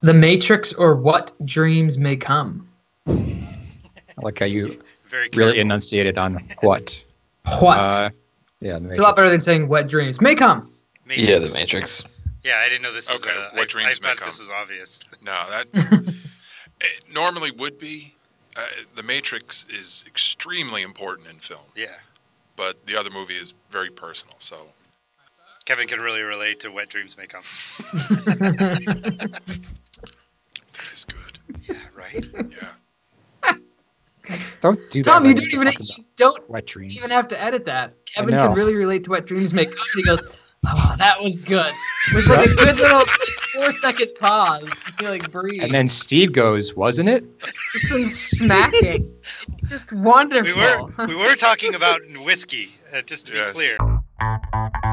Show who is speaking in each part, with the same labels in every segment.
Speaker 1: The Matrix or What Dreams May Come.
Speaker 2: I like how you
Speaker 3: Very careful.
Speaker 2: really enunciated on what.
Speaker 1: What?
Speaker 2: Uh, yeah,
Speaker 1: it's a lot better than saying What Dreams May Come.
Speaker 3: Matrix.
Speaker 4: Yeah, the Matrix.
Speaker 3: Yeah, I didn't know this.
Speaker 5: Okay,
Speaker 3: is, uh,
Speaker 5: what
Speaker 3: I,
Speaker 5: dreams
Speaker 3: I thought
Speaker 5: may
Speaker 3: this
Speaker 5: come.
Speaker 3: was obvious.
Speaker 5: No, that it normally would be. Uh, the Matrix is extremely important in film,
Speaker 3: Yeah,
Speaker 5: but the other movie is very personal. So
Speaker 3: Kevin can really relate to "Wet Dreams May Come."
Speaker 5: that is good.
Speaker 3: Yeah, right.
Speaker 5: Yeah.
Speaker 2: Don't do that.
Speaker 1: Tom, you
Speaker 2: when
Speaker 1: don't
Speaker 2: you're
Speaker 1: even
Speaker 2: talking
Speaker 1: you don't
Speaker 2: about wet dreams.
Speaker 1: even have to edit that. Kevin
Speaker 2: know.
Speaker 1: can really relate to What Dreams May Come. He goes, "Oh, that was good." With like a good little four second pause, you like breathe.
Speaker 2: and then Steve goes, wasn't it?
Speaker 1: Just some smacking. Just wonderful.
Speaker 3: We were we were talking about whiskey. Uh, just to
Speaker 5: Yes.
Speaker 3: be clear,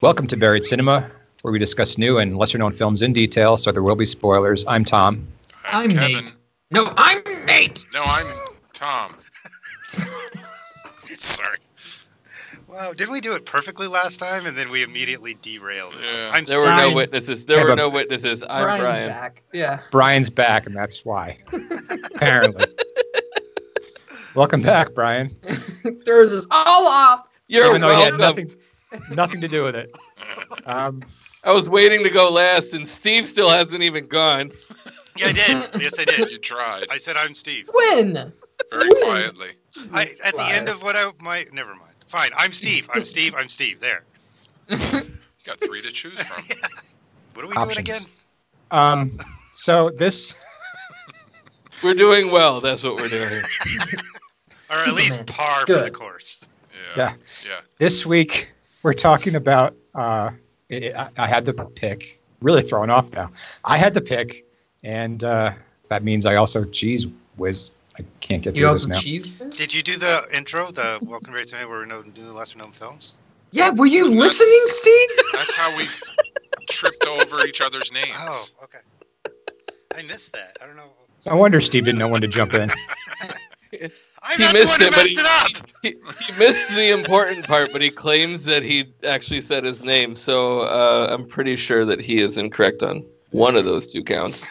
Speaker 2: Welcome to Buried Cinema, where we discuss new and lesser known films in detail, so there will be spoilers. I'm Tom.
Speaker 1: I'm
Speaker 5: Uh, Kevin.
Speaker 1: Nate. No, I'm Nate.
Speaker 5: No, I'm Tom. Sorry.
Speaker 3: wow, did we do it perfectly last time? And then we immediately derailed. it.
Speaker 5: Yeah.
Speaker 3: I'm
Speaker 4: There were no
Speaker 1: Brian.
Speaker 4: witnesses. There
Speaker 2: Yeah,
Speaker 4: were
Speaker 2: but-
Speaker 4: no witnesses. I'm
Speaker 1: Brian's
Speaker 4: Brian.
Speaker 1: back. Yeah.
Speaker 2: Brian's back, and that's why. Apparently. Welcome back, Brian.
Speaker 1: Throws us all off.
Speaker 4: You're
Speaker 2: even though he had
Speaker 4: welcome.
Speaker 2: nothing, nothing to do with it. Um,
Speaker 4: I was waiting to go last, and Steve still hasn't even gone.
Speaker 3: Yeah, I did. Yes, I did.
Speaker 5: You tried
Speaker 3: I said I'm Steve.
Speaker 1: When?
Speaker 5: very
Speaker 1: Really?
Speaker 5: quietly.
Speaker 3: I, at the end
Speaker 1: Right.
Speaker 3: of what I my never mind. Fine, I'm Steve. I'm Steve. I'm Steve. There.
Speaker 5: You got three to choose from.
Speaker 3: What are we
Speaker 2: Options.
Speaker 3: doing again?
Speaker 2: um, so this
Speaker 4: We're doing well. That's what we're doing.
Speaker 3: Or at least
Speaker 1: Superman.
Speaker 3: par for
Speaker 1: Good.
Speaker 3: the course.
Speaker 5: Yeah.
Speaker 2: yeah,
Speaker 5: Yeah.
Speaker 2: this week we're talking about. Uh, i I, I had the pick. Really thrown off now. I had the pick, and uh, that means I also geez whiz. I can't get
Speaker 1: You
Speaker 2: through this
Speaker 1: also
Speaker 2: now.
Speaker 1: cheese?
Speaker 3: Did you do the intro, the Welcome to Great Cinema, where we know do the lesser known films?
Speaker 1: Yeah, were you
Speaker 5: That's-
Speaker 1: listening, Steve?
Speaker 5: That's how we tripped over each other's names.
Speaker 3: Oh, okay. I missed that. I don't know.
Speaker 2: I wonder Steve didn't know when to jump in.
Speaker 3: I'm
Speaker 4: He
Speaker 3: not the
Speaker 4: missed
Speaker 3: one who
Speaker 4: it, but
Speaker 3: messed
Speaker 4: he-
Speaker 3: it up.
Speaker 4: he, he missed the important part, but he claims that he actually said his name. So uh, I'm pretty sure that he is incorrect on one of those two counts.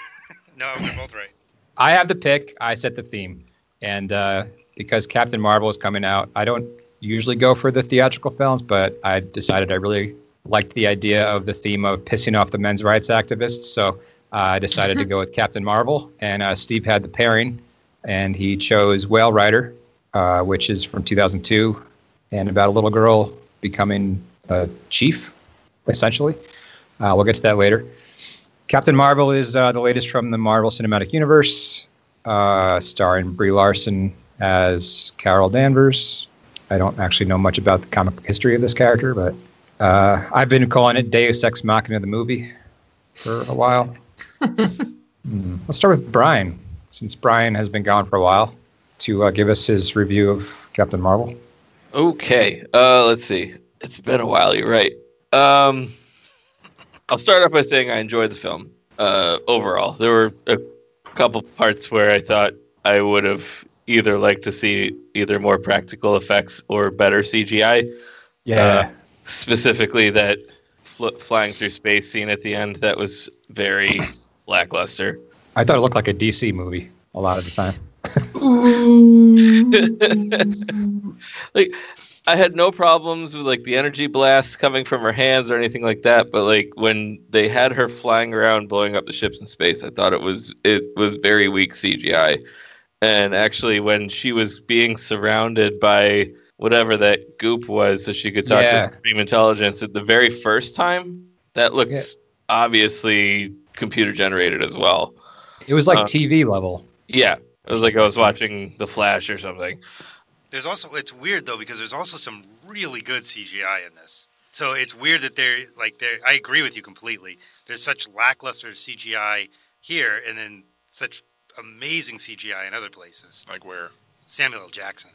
Speaker 3: No, we're both right.
Speaker 2: I have the pick. I set the theme, and uh, because Captain Marvel is coming out, I don't usually go for the theatrical films, but I decided I really liked the idea of the theme of pissing off the men's rights activists, so uh, I decided to go with Captain Marvel. And uh, Steve had the pairing, and he chose Whale Rider, uh, which is from 2002, and about a little girl becoming a chief, essentially. Uh, we'll get to that later. Captain Marvel is uh, the latest from the Marvel Cinematic Universe, uh, starring Brie Larson as Carol Danvers. I don't actually know much about the comic book history of this character, but uh, I've been calling it Deus Ex Machina the movie for a while. Hmm. Let's start with Brian, since Brian has been gone for a while, to uh, give us his review of Captain Marvel.
Speaker 4: Okay. Uh, let's see. It's been a while. You're right. Um, I'll start off by saying I enjoyed the film uh, overall. There were a couple parts where I thought I would have either liked to see either more practical effects or better CGI.
Speaker 2: Uh,
Speaker 4: Yeah. Specifically, that fl- flying through space scene at the end that was very lackluster.
Speaker 2: I thought it looked like a DC movie a lot of the time.
Speaker 4: like I had no problems with like the energy blasts coming from her hands or anything like that, but like when they had her flying around blowing up the ships in space, I thought it was it was very weak CGI. And actually when she was being surrounded by whatever that goop was so she could talk
Speaker 2: Yeah.
Speaker 4: to Supreme Intelligence at the very first time, that looked
Speaker 2: Yeah.
Speaker 4: obviously computer generated as well.
Speaker 2: It was like
Speaker 4: Uh,
Speaker 2: TV level.
Speaker 4: Yeah. It was like I was watching The Flash or something.
Speaker 3: There's also it's weird though because there's also some really good CGI in this. So it's weird that they're like they are I agree with you completely. There's such lackluster CGI here, and then such amazing CGI in other places.
Speaker 5: Like where?
Speaker 3: Samuel L. Jackson,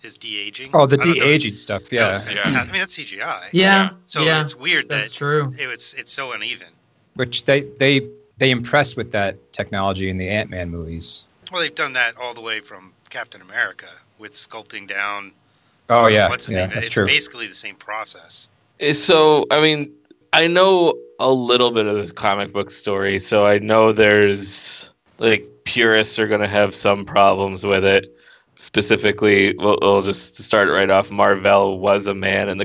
Speaker 3: his de aging.
Speaker 2: Oh, the de aging stuff. Yeah.
Speaker 5: Yeah.
Speaker 3: I mean that's CGI.
Speaker 1: Yeah.
Speaker 3: So
Speaker 1: yeah,
Speaker 3: it's weird that
Speaker 1: that's
Speaker 4: Uh,
Speaker 1: true.
Speaker 3: it, it's it's so uneven.
Speaker 2: Which they, they, they impressed with that technology in the Ant Man movies.
Speaker 3: Well, they've done that all the way from Captain America with sculpting down.
Speaker 2: Oh yeah,
Speaker 3: what's his
Speaker 2: yeah,
Speaker 3: name?
Speaker 2: that's
Speaker 3: it's
Speaker 2: true.
Speaker 3: basically the same process.
Speaker 4: Eh, So, I mean, I know a little bit of this comic book story, so I know there's like purists are going to have some problems with it. Specifically, we'll, we'll just start right off. Marvel was a man in the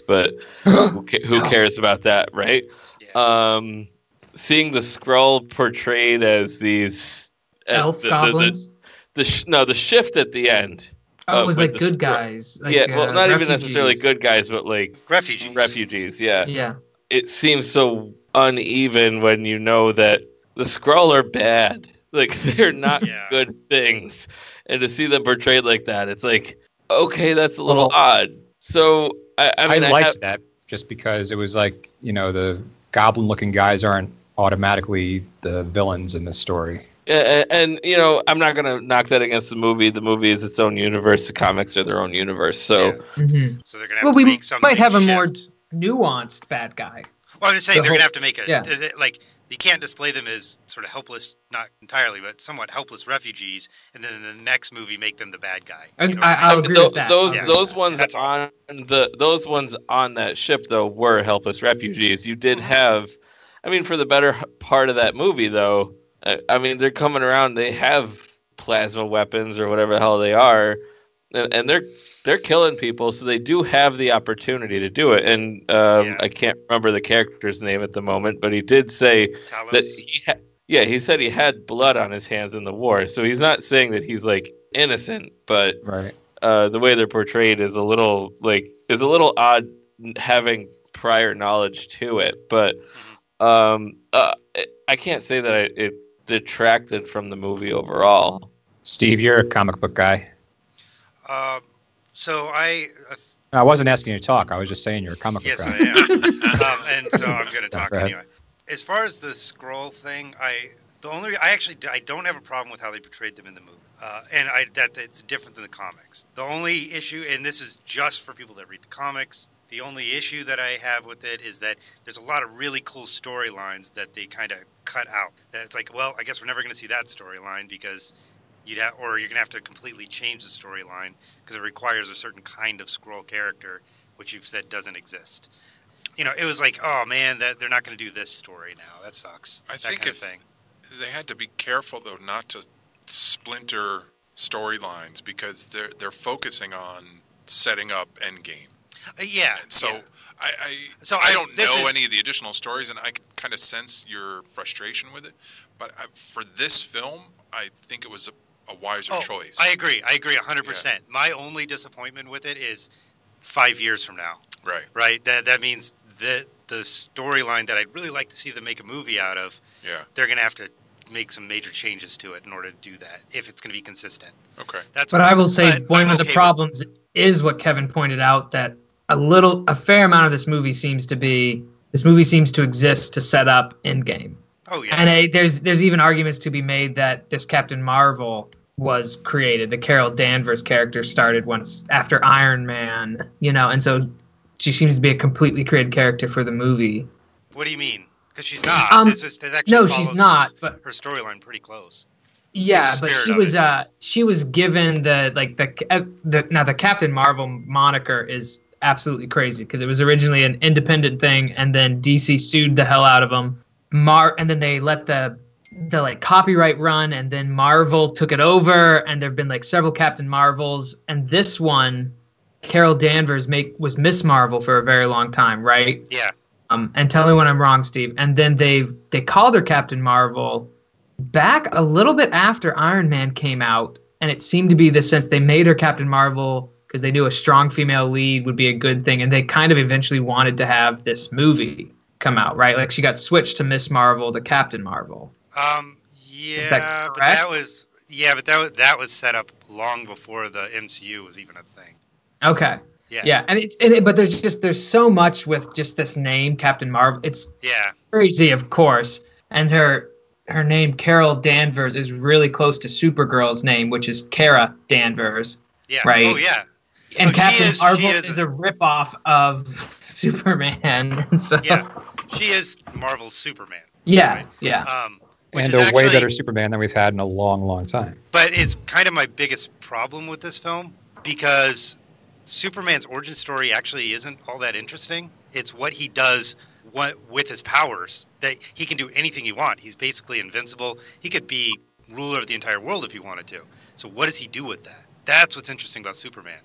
Speaker 4: but who, ca- who cares about that, right?
Speaker 3: Yeah.
Speaker 4: Um, seeing the scroll portrayed as these as
Speaker 1: Elf
Speaker 4: the, the- the-
Speaker 1: goblins.
Speaker 4: the sh- no, the shift at the end.
Speaker 1: oh,
Speaker 4: uh,
Speaker 1: it was like
Speaker 4: with the
Speaker 1: good
Speaker 4: scr-
Speaker 1: guys. Like,
Speaker 4: yeah, well,
Speaker 1: uh,
Speaker 4: not even necessarily
Speaker 1: refugees.
Speaker 4: good guys, but like
Speaker 3: Refugees.
Speaker 4: refugees. Yeah.
Speaker 1: Yeah.
Speaker 4: it seems so uneven when you know that the Skrull are bad. Like they're not
Speaker 3: Yeah.
Speaker 4: good things, and to see them portrayed like that, it's like okay, that's a little
Speaker 2: Well-
Speaker 4: odd. So I, I
Speaker 2: I,
Speaker 4: mean, I
Speaker 2: liked
Speaker 4: have-
Speaker 2: that just because it was like you know the goblin-looking guys aren't automatically the villains in this story.
Speaker 4: a- a- and, you know, I'm not gonna knock that against the movie. The movie is its own universe. The comics are their own universe. So
Speaker 3: Yeah.
Speaker 1: hmm
Speaker 3: So they're gonna have
Speaker 1: Well,
Speaker 3: to
Speaker 1: we
Speaker 3: make some
Speaker 1: might
Speaker 3: big
Speaker 1: have a more-
Speaker 3: shift.
Speaker 1: Nuanced bad guy.
Speaker 3: Well, I'm just saying
Speaker 1: the
Speaker 3: they're gonna
Speaker 1: whole-
Speaker 3: have to make a
Speaker 1: yeah.
Speaker 3: th- th- like you can't display them as sort of helpless, not entirely, but somewhat helpless refugees, and then in the next movie make them the bad guy.
Speaker 1: I,
Speaker 3: You know
Speaker 1: I,
Speaker 3: what I mean?
Speaker 1: I'll agree
Speaker 4: Tho-
Speaker 1: with that.
Speaker 4: those
Speaker 3: Yeah.
Speaker 4: those ones
Speaker 3: That's
Speaker 4: on the those ones on that ship though were helpless refugees. You did have, I mean, for the better h- part of that movie though, uh, I, I mean they're coming around. They have plasma weapons or whatever the hell they are, and, and they're they're killing people. So they do have the opportunity to do it. And um,
Speaker 3: Yeah.
Speaker 4: I can't remember the character's name at the moment, but he did say
Speaker 3: Talos.
Speaker 4: that he ha- yeah he said he had blood on his hands in the war. So he's not saying that he's like innocent, but
Speaker 2: Right.
Speaker 4: uh, the way they're portrayed is a little like is a little odd n- having prior knowledge to it but
Speaker 3: Mm-hmm.
Speaker 4: um uh, I- i can't say that I, it detracted from the movie overall
Speaker 2: Steve, you're a comic book guy.
Speaker 3: Um, so I, uh,
Speaker 2: I wasn't asking you to talk. I was just saying you're a comic
Speaker 3: yes,
Speaker 2: book
Speaker 3: I
Speaker 2: guy.
Speaker 3: am, um, and so I'm going to talk
Speaker 2: Go ahead.
Speaker 3: anyway. As far as the scroll thing, I the only I actually d- I don't have a problem with how they portrayed them in the movie, uh, and I that it's different than the comics. The only issue, and this is just for people that read the comics, the only issue that I have with it is that there's a lot of really cool storylines that they kind of cut out. That it's like, well, I guess we're never going to see that storyline because you'd have, or you're going to have to completely change the storyline because it requires a certain kind of scroll character, which you've said doesn't exist. You know, it was like, oh man, that they're not going to do this story now. That sucks.
Speaker 5: I
Speaker 3: that
Speaker 5: think
Speaker 3: kind
Speaker 5: if-
Speaker 3: of thing.
Speaker 5: They had to be careful though not to splinter storylines because they're they're focusing on setting up Endgame.
Speaker 3: Uh, yeah.
Speaker 5: And so
Speaker 3: yeah.
Speaker 5: I, I
Speaker 3: So
Speaker 5: I
Speaker 3: I-
Speaker 5: don't
Speaker 3: this
Speaker 5: know
Speaker 3: is-
Speaker 5: any of the additional stories, and I kind of sense your frustration with it. But I, for this film, I think it was a, a wiser
Speaker 3: Oh,
Speaker 5: choice.
Speaker 3: I agree. I agree 100%. My only disappointment with it is five years from now.
Speaker 5: right?
Speaker 3: right? That that means that the storyline that I'd really like to see them make a movie out of,
Speaker 5: Yeah.
Speaker 3: they're going to have to make some major changes to it in order to do that if it's going to be consistent.
Speaker 5: Okay.
Speaker 3: That's
Speaker 1: But I will say
Speaker 3: but
Speaker 1: one
Speaker 3: I'm
Speaker 1: of the
Speaker 3: okay with-
Speaker 1: problems is what Kevin pointed out that a little, a fair amount of this movie seems to be this movie seems to exist to set up Endgame,
Speaker 3: oh yeah.
Speaker 1: and I, there's there's even arguments to be made that this Captain Marvel was created. The Carol Danvers character started once after Iron Man, you know, and so she seems to be a completely created character for the movie.
Speaker 3: what do you mean? Because she's not.
Speaker 1: Um,
Speaker 3: this is this actually
Speaker 1: No,
Speaker 3: follows
Speaker 1: she's not, but
Speaker 3: Her storyline pretty close.
Speaker 1: Yeah,
Speaker 3: It's the
Speaker 1: but
Speaker 3: spirit
Speaker 1: she
Speaker 3: of
Speaker 1: was
Speaker 3: it.
Speaker 1: uh she was given the like the, uh, the now the Captain Marvel moniker is absolutely crazy because it was originally an independent thing and then DC sued the hell out of them. Mar and then they let the the like copyright run and then Marvel took it over and there've been like several Captain Marvels and this one Carol Danvers make was Miss Marvel for a very long time, right?
Speaker 3: Yeah.
Speaker 1: um, and tell me when I'm wrong, Steve. And then they they called her Captain Marvel back a little bit after Iron Man came out, and it seemed to be the sense they made her Captain Marvel because they knew a strong female lead would be a good thing, and they kind of eventually wanted to have this movie come out, right? Like she got switched to Miss Marvel to Captain Marvel.
Speaker 3: Um. Yeah. but
Speaker 1: correct?
Speaker 3: that was. Yeah, but that was, that was set up long before the MCU was even a thing.
Speaker 1: Okay.
Speaker 3: Yeah.
Speaker 1: Yeah, and it's and it, but there's just there's so much with just this name Captain Marvel. It's
Speaker 3: Yeah.
Speaker 1: crazy, of course. And her her name Carol Danvers is really close to Supergirl's name, which is Kara Danvers.
Speaker 3: Yeah.
Speaker 1: Right.
Speaker 3: Oh yeah.
Speaker 1: And
Speaker 3: Oh, she
Speaker 1: Captain
Speaker 3: is- she
Speaker 1: Marvel
Speaker 3: is-
Speaker 1: is, a ripoff of Superman. so,
Speaker 3: Yeah. She is Marvel's Superman.
Speaker 1: yeah,
Speaker 3: Right.
Speaker 1: yeah.
Speaker 3: Um, Which
Speaker 2: and
Speaker 3: is
Speaker 2: a way
Speaker 3: actually-
Speaker 2: better Superman than we've had in a long, long time.
Speaker 3: But it's kind of my biggest problem with this film because Superman's origin story actually isn't all that interesting. It's what he does what, with his powers that he can do anything he wants. He's basically invincible. He could be ruler of the entire world if he wanted to. So what does he do with that? That's what's interesting about Superman.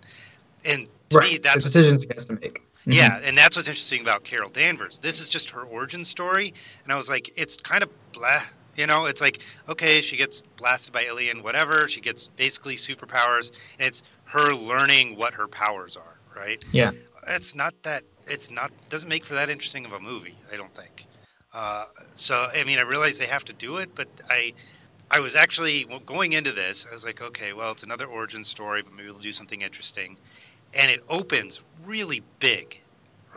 Speaker 3: And to me,
Speaker 1: Right.
Speaker 3: that's
Speaker 1: That's
Speaker 3: what's
Speaker 1: decisions he has to make.
Speaker 3: yeah, and that's what's interesting about Carol Danvers. This is just her origin story, and I was like, it's kind of blah. You know, it's like okay, she gets blasted by alien, whatever. She gets basically superpowers, and it's her learning what her powers are. Right?
Speaker 1: Mm-hmm. Yeah.
Speaker 3: It's not that. It's not doesn't make for that interesting of a movie. I don't think. Uh, so I mean, I realize they have to do it, but I. I was actually well, going into this. I was like, okay, well, it's another origin story, but maybe we'll do something interesting. And it opens really big,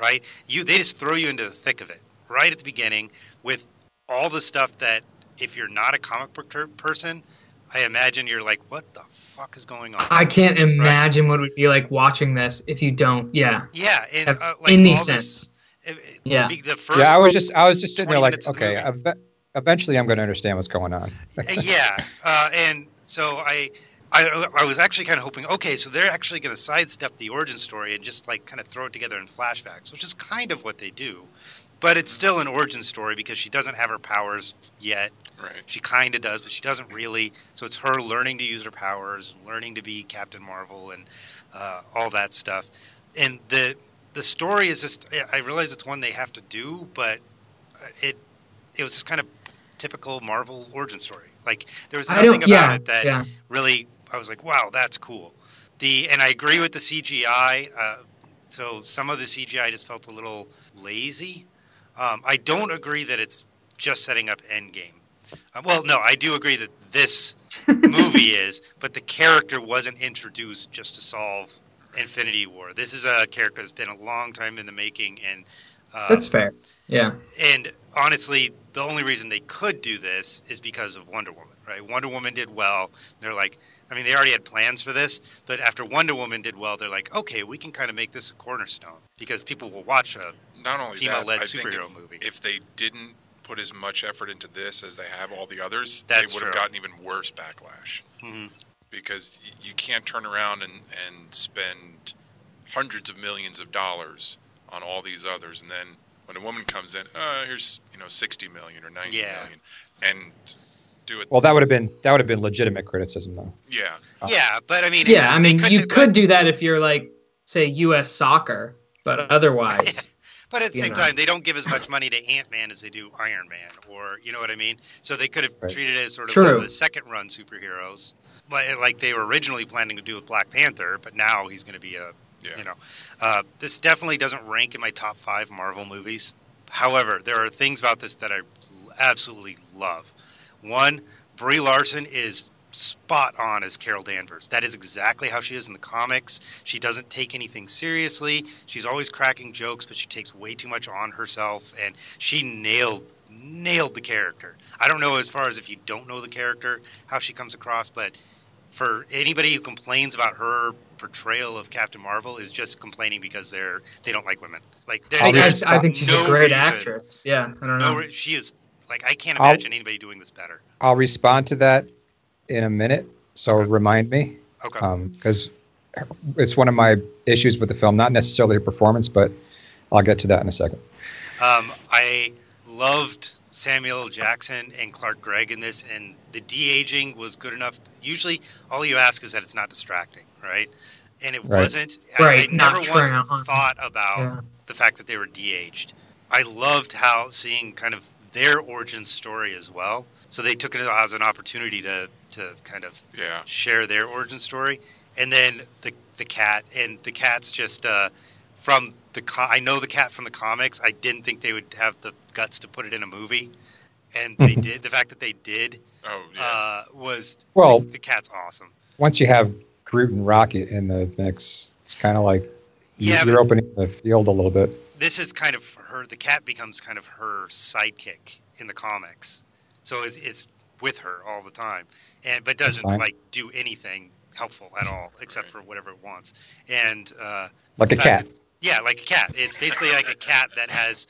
Speaker 3: right? You they just throw you into the thick of it right at the beginning with all the stuff that if you're not a comic book ter- person, I imagine you're like, what the fuck is going on?
Speaker 1: I can't imagine what it would be like watching this if you don't. Yeah.
Speaker 3: yeah, and
Speaker 1: Have
Speaker 3: uh, like
Speaker 1: any
Speaker 3: all this-
Speaker 1: sense.
Speaker 3: it- it-
Speaker 1: Yeah.
Speaker 3: be- the first
Speaker 2: yeah, I was just, I was just sitting there
Speaker 3: 20
Speaker 2: like,
Speaker 3: minutes of the
Speaker 2: okay, ev- eventually I'm going to understand what's going on.
Speaker 3: Uh, yeah, uh, and so I, I, I was actually kind of hoping, okay, so they're actually going to sidestep the origin story and just like kind of throw it together in flashbacks, which is kind of what they do, but it's still an origin story because she doesn't have her powers yet.
Speaker 5: Right.
Speaker 3: She kind of does, but she doesn't really. So it's her learning to use her powers, learning to be Captain Marvel, and uh, all that stuff. And the the story is just. I- I realize it's one they have to do, but uh, it it was just kind of typical Marvel origin story. Like there was
Speaker 1: I
Speaker 3: nothing
Speaker 1: don't.
Speaker 3: about
Speaker 1: Yeah.
Speaker 3: it that
Speaker 1: yeah.
Speaker 3: really I was like, wow, that's cool. The and I agree with the CGI. Uh, so some of the CGI just felt a little lazy. Um, I don't agree that it's just setting up Endgame. Uh, well, no, I do agree that this movie is, but the character wasn't introduced just to solve Infinity War. This is a character that's been a long time in the making, and uh,
Speaker 1: That's fair. Yeah.
Speaker 3: and honestly, the only reason they could do this is because of Wonder Woman, right? Wonder Woman did well. They're like, I mean, they already had plans for this, but after Wonder Woman did well, they're like, okay, we can kind of make this a cornerstone because people will watch a
Speaker 5: Not only that,
Speaker 3: female-led
Speaker 5: I think
Speaker 3: superhero
Speaker 5: if,
Speaker 3: movie.
Speaker 5: if they didn't put as much effort into this as they have all the others,
Speaker 3: That's
Speaker 5: they would have
Speaker 3: true.
Speaker 5: gotten even worse backlash.
Speaker 3: Mhm.
Speaker 5: Because y- you can't turn around and, and spend hundreds of millions of dollars on all these others, and then when a woman comes in, uh, here's you know sixty million or ninety million,
Speaker 3: Yeah.
Speaker 5: and do it.
Speaker 2: Well, that would have been, that would have been legitimate criticism though.
Speaker 5: yeah,
Speaker 3: yeah, but I mean,
Speaker 1: Yeah. I
Speaker 3: they
Speaker 1: mean, you
Speaker 3: couldn't-
Speaker 1: could do that if you're like, say, U.S. soccer, but otherwise,
Speaker 3: But at the
Speaker 1: you
Speaker 3: same
Speaker 1: know.
Speaker 3: time, they don't give as much money to Ant Man as they do Iron Man, or you know what I mean. So they could have
Speaker 2: Right.
Speaker 3: treated it as sort of one of
Speaker 1: True.
Speaker 3: the second run superheroes, li- like they were originally planning to do with Black Panther. But now he's going to be a,
Speaker 5: Yeah.
Speaker 3: you know, uh, this definitely doesn't rank in my top five Marvel movies. However, there are things about this that I absolutely love. One, Brie Larson is spot on as Carol Danvers. That is exactly how she is in the comics. She doesn't take anything seriously. She's always cracking jokes, but she takes way too much on herself, and she nailed nailed the character. I don't know as far as if you don't know the character how she comes across, but for anybody who complains about her portrayal of Captain Marvel is just complaining because they're they don't like women. Like there-
Speaker 1: I, think
Speaker 3: there's
Speaker 1: she's- I think she's
Speaker 3: no
Speaker 1: a great
Speaker 3: reason-
Speaker 1: actress. Yeah. I don't know.
Speaker 3: No, re- she is like I can't
Speaker 2: I'll-
Speaker 3: imagine anybody doing this better.
Speaker 2: I'll respond to that in a minute. So remind me.
Speaker 3: Okay.
Speaker 2: because it's one of my issues with the film, not necessarily her performance, but I'll get to that in a second.
Speaker 3: Um, I loved Samuel L. Jackson and Clark Gregg in this, and the de aging was good enough. Usually, all you ask is that it's not distracting, right? And it
Speaker 2: Right.
Speaker 3: wasn't. I-
Speaker 1: Right,
Speaker 3: I, never
Speaker 1: not
Speaker 3: once
Speaker 1: trying to-
Speaker 3: thought about
Speaker 1: Yeah.
Speaker 3: the fact that they were de aged. I loved how seeing kind of their origin story as well. So they took it as an opportunity to to kind of
Speaker 5: yeah.
Speaker 3: share their origin story, and then the the cat and the cat's just uh, from the co- I know the cat from the comics. I didn't think they would have the guts to put it in a movie, and they
Speaker 2: Mm-hmm.
Speaker 3: did. The fact that they did
Speaker 5: Oh yeah.
Speaker 3: uh, was
Speaker 2: Well-
Speaker 3: the, the cat's awesome.
Speaker 2: Once you have Groot and Rocket in the mix, it's kind of like you-
Speaker 3: Yeah,
Speaker 2: you're
Speaker 3: but
Speaker 2: opening the field a little bit.
Speaker 3: this is kind of her. The cat becomes kind of her sidekick in the comics, so it's, it's with her all the time, and but doesn't
Speaker 2: fine.
Speaker 3: like do anything helpful at all except for whatever it wants, and. Uh,
Speaker 2: Like a
Speaker 3: fact
Speaker 2: cat.
Speaker 3: that- yeah, like a cat. It's basically like a cat that has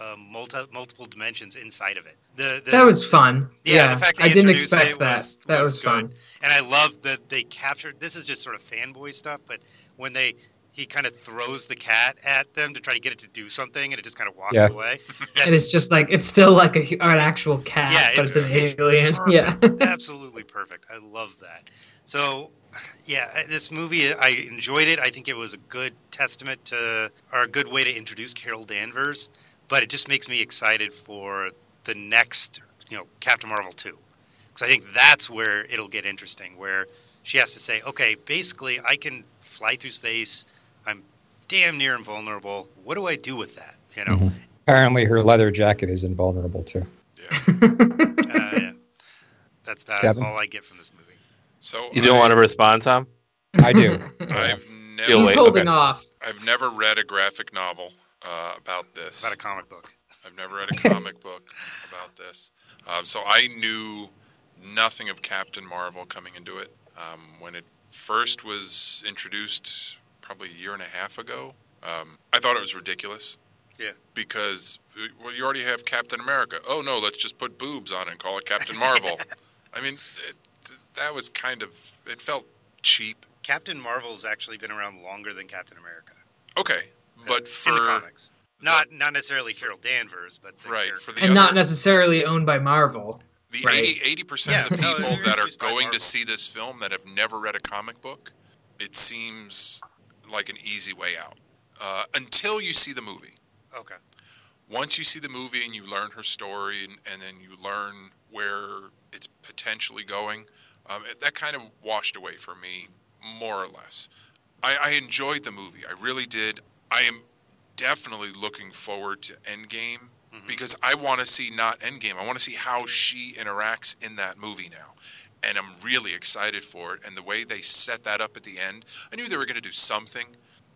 Speaker 3: uh, multi, multiple dimensions inside of it. The, the,
Speaker 1: that was fun.
Speaker 3: Yeah,
Speaker 1: Yeah,
Speaker 3: the fact they
Speaker 1: I didn't
Speaker 3: introduced
Speaker 1: expect
Speaker 3: it
Speaker 1: that.
Speaker 3: was-
Speaker 1: that
Speaker 3: was
Speaker 1: was,
Speaker 3: good.
Speaker 1: fun.
Speaker 3: and I love that they captured. This is just sort of fanboy stuff, but when they he kind of throws the cat at them to try to get it to do something, and it just kind of walks
Speaker 2: Yeah.
Speaker 3: away.
Speaker 1: and it's just like it's still like a, hu- or an actual cat,
Speaker 3: Yeah,
Speaker 1: but it's,
Speaker 3: it's-
Speaker 1: an
Speaker 3: it's
Speaker 1: alien. Yeah,
Speaker 3: perfect. absolutely perfect. I love that. So, yeah, I- this movie I enjoyed it. I think it was a good testament to or a good way to introduce Carol Danvers, but it just makes me excited for the next, you know, Captain Marvel 2. Cuz I think that's where it'll get interesting where she has to say, "Okay, basically I can fly through space. I'm damn near invulnerable. What do I do with that?" You know.
Speaker 2: Apparently, her leather jacket is invulnerable too.
Speaker 5: Yeah.
Speaker 3: Uh, yeah. That's about
Speaker 2: Kevin?
Speaker 3: all I get from this movie.
Speaker 5: So
Speaker 4: You don't
Speaker 5: I,
Speaker 4: want to respond, Tom?
Speaker 2: I do.
Speaker 5: I've never,
Speaker 4: You'll
Speaker 1: he's
Speaker 4: wait,
Speaker 1: holding
Speaker 4: okay.
Speaker 1: off.
Speaker 5: I've never read a graphic novel uh, about this.
Speaker 3: About a comic book.
Speaker 5: I've never read a comic book about this. Um, so I knew nothing of Captain Marvel coming into it. Um, when it first was introduced, probably a year and a half ago, um, I thought it was ridiculous.
Speaker 3: Yeah.
Speaker 5: Because, uh, well, you already have Captain America. Oh, no, let's just put boobs on it and call it Captain Marvel. I mean, it, that was kind of, it felt cheap.
Speaker 3: Captain Marvel's actually been around longer than Captain America.
Speaker 5: Okay. But for,
Speaker 3: in the comics, not not necessarily Carol Danvers, but the
Speaker 5: right,
Speaker 3: character.
Speaker 5: for the
Speaker 1: And
Speaker 5: other,
Speaker 1: not necessarily owned by Marvel.
Speaker 5: The
Speaker 1: Right.
Speaker 5: 80 percent of the
Speaker 3: Yeah, no,
Speaker 5: people
Speaker 3: you're
Speaker 5: that are
Speaker 3: introduced by
Speaker 5: going
Speaker 3: Marvel.
Speaker 5: to see this film that have never read a comic book, it seems like an easy way out. Uh, until you see the movie.
Speaker 3: okay,
Speaker 5: Once you see the movie and you learn her story, and, and then you learn where it's potentially going, um, it, that kind of washed away for me, more or less. I, I enjoyed the movie. I really did. I am definitely looking forward to Endgame because I want to see not Endgame. I want to see how she interacts in that movie now. And I'm really excited for it. And the way they set that up at the end, I knew they were going to do something,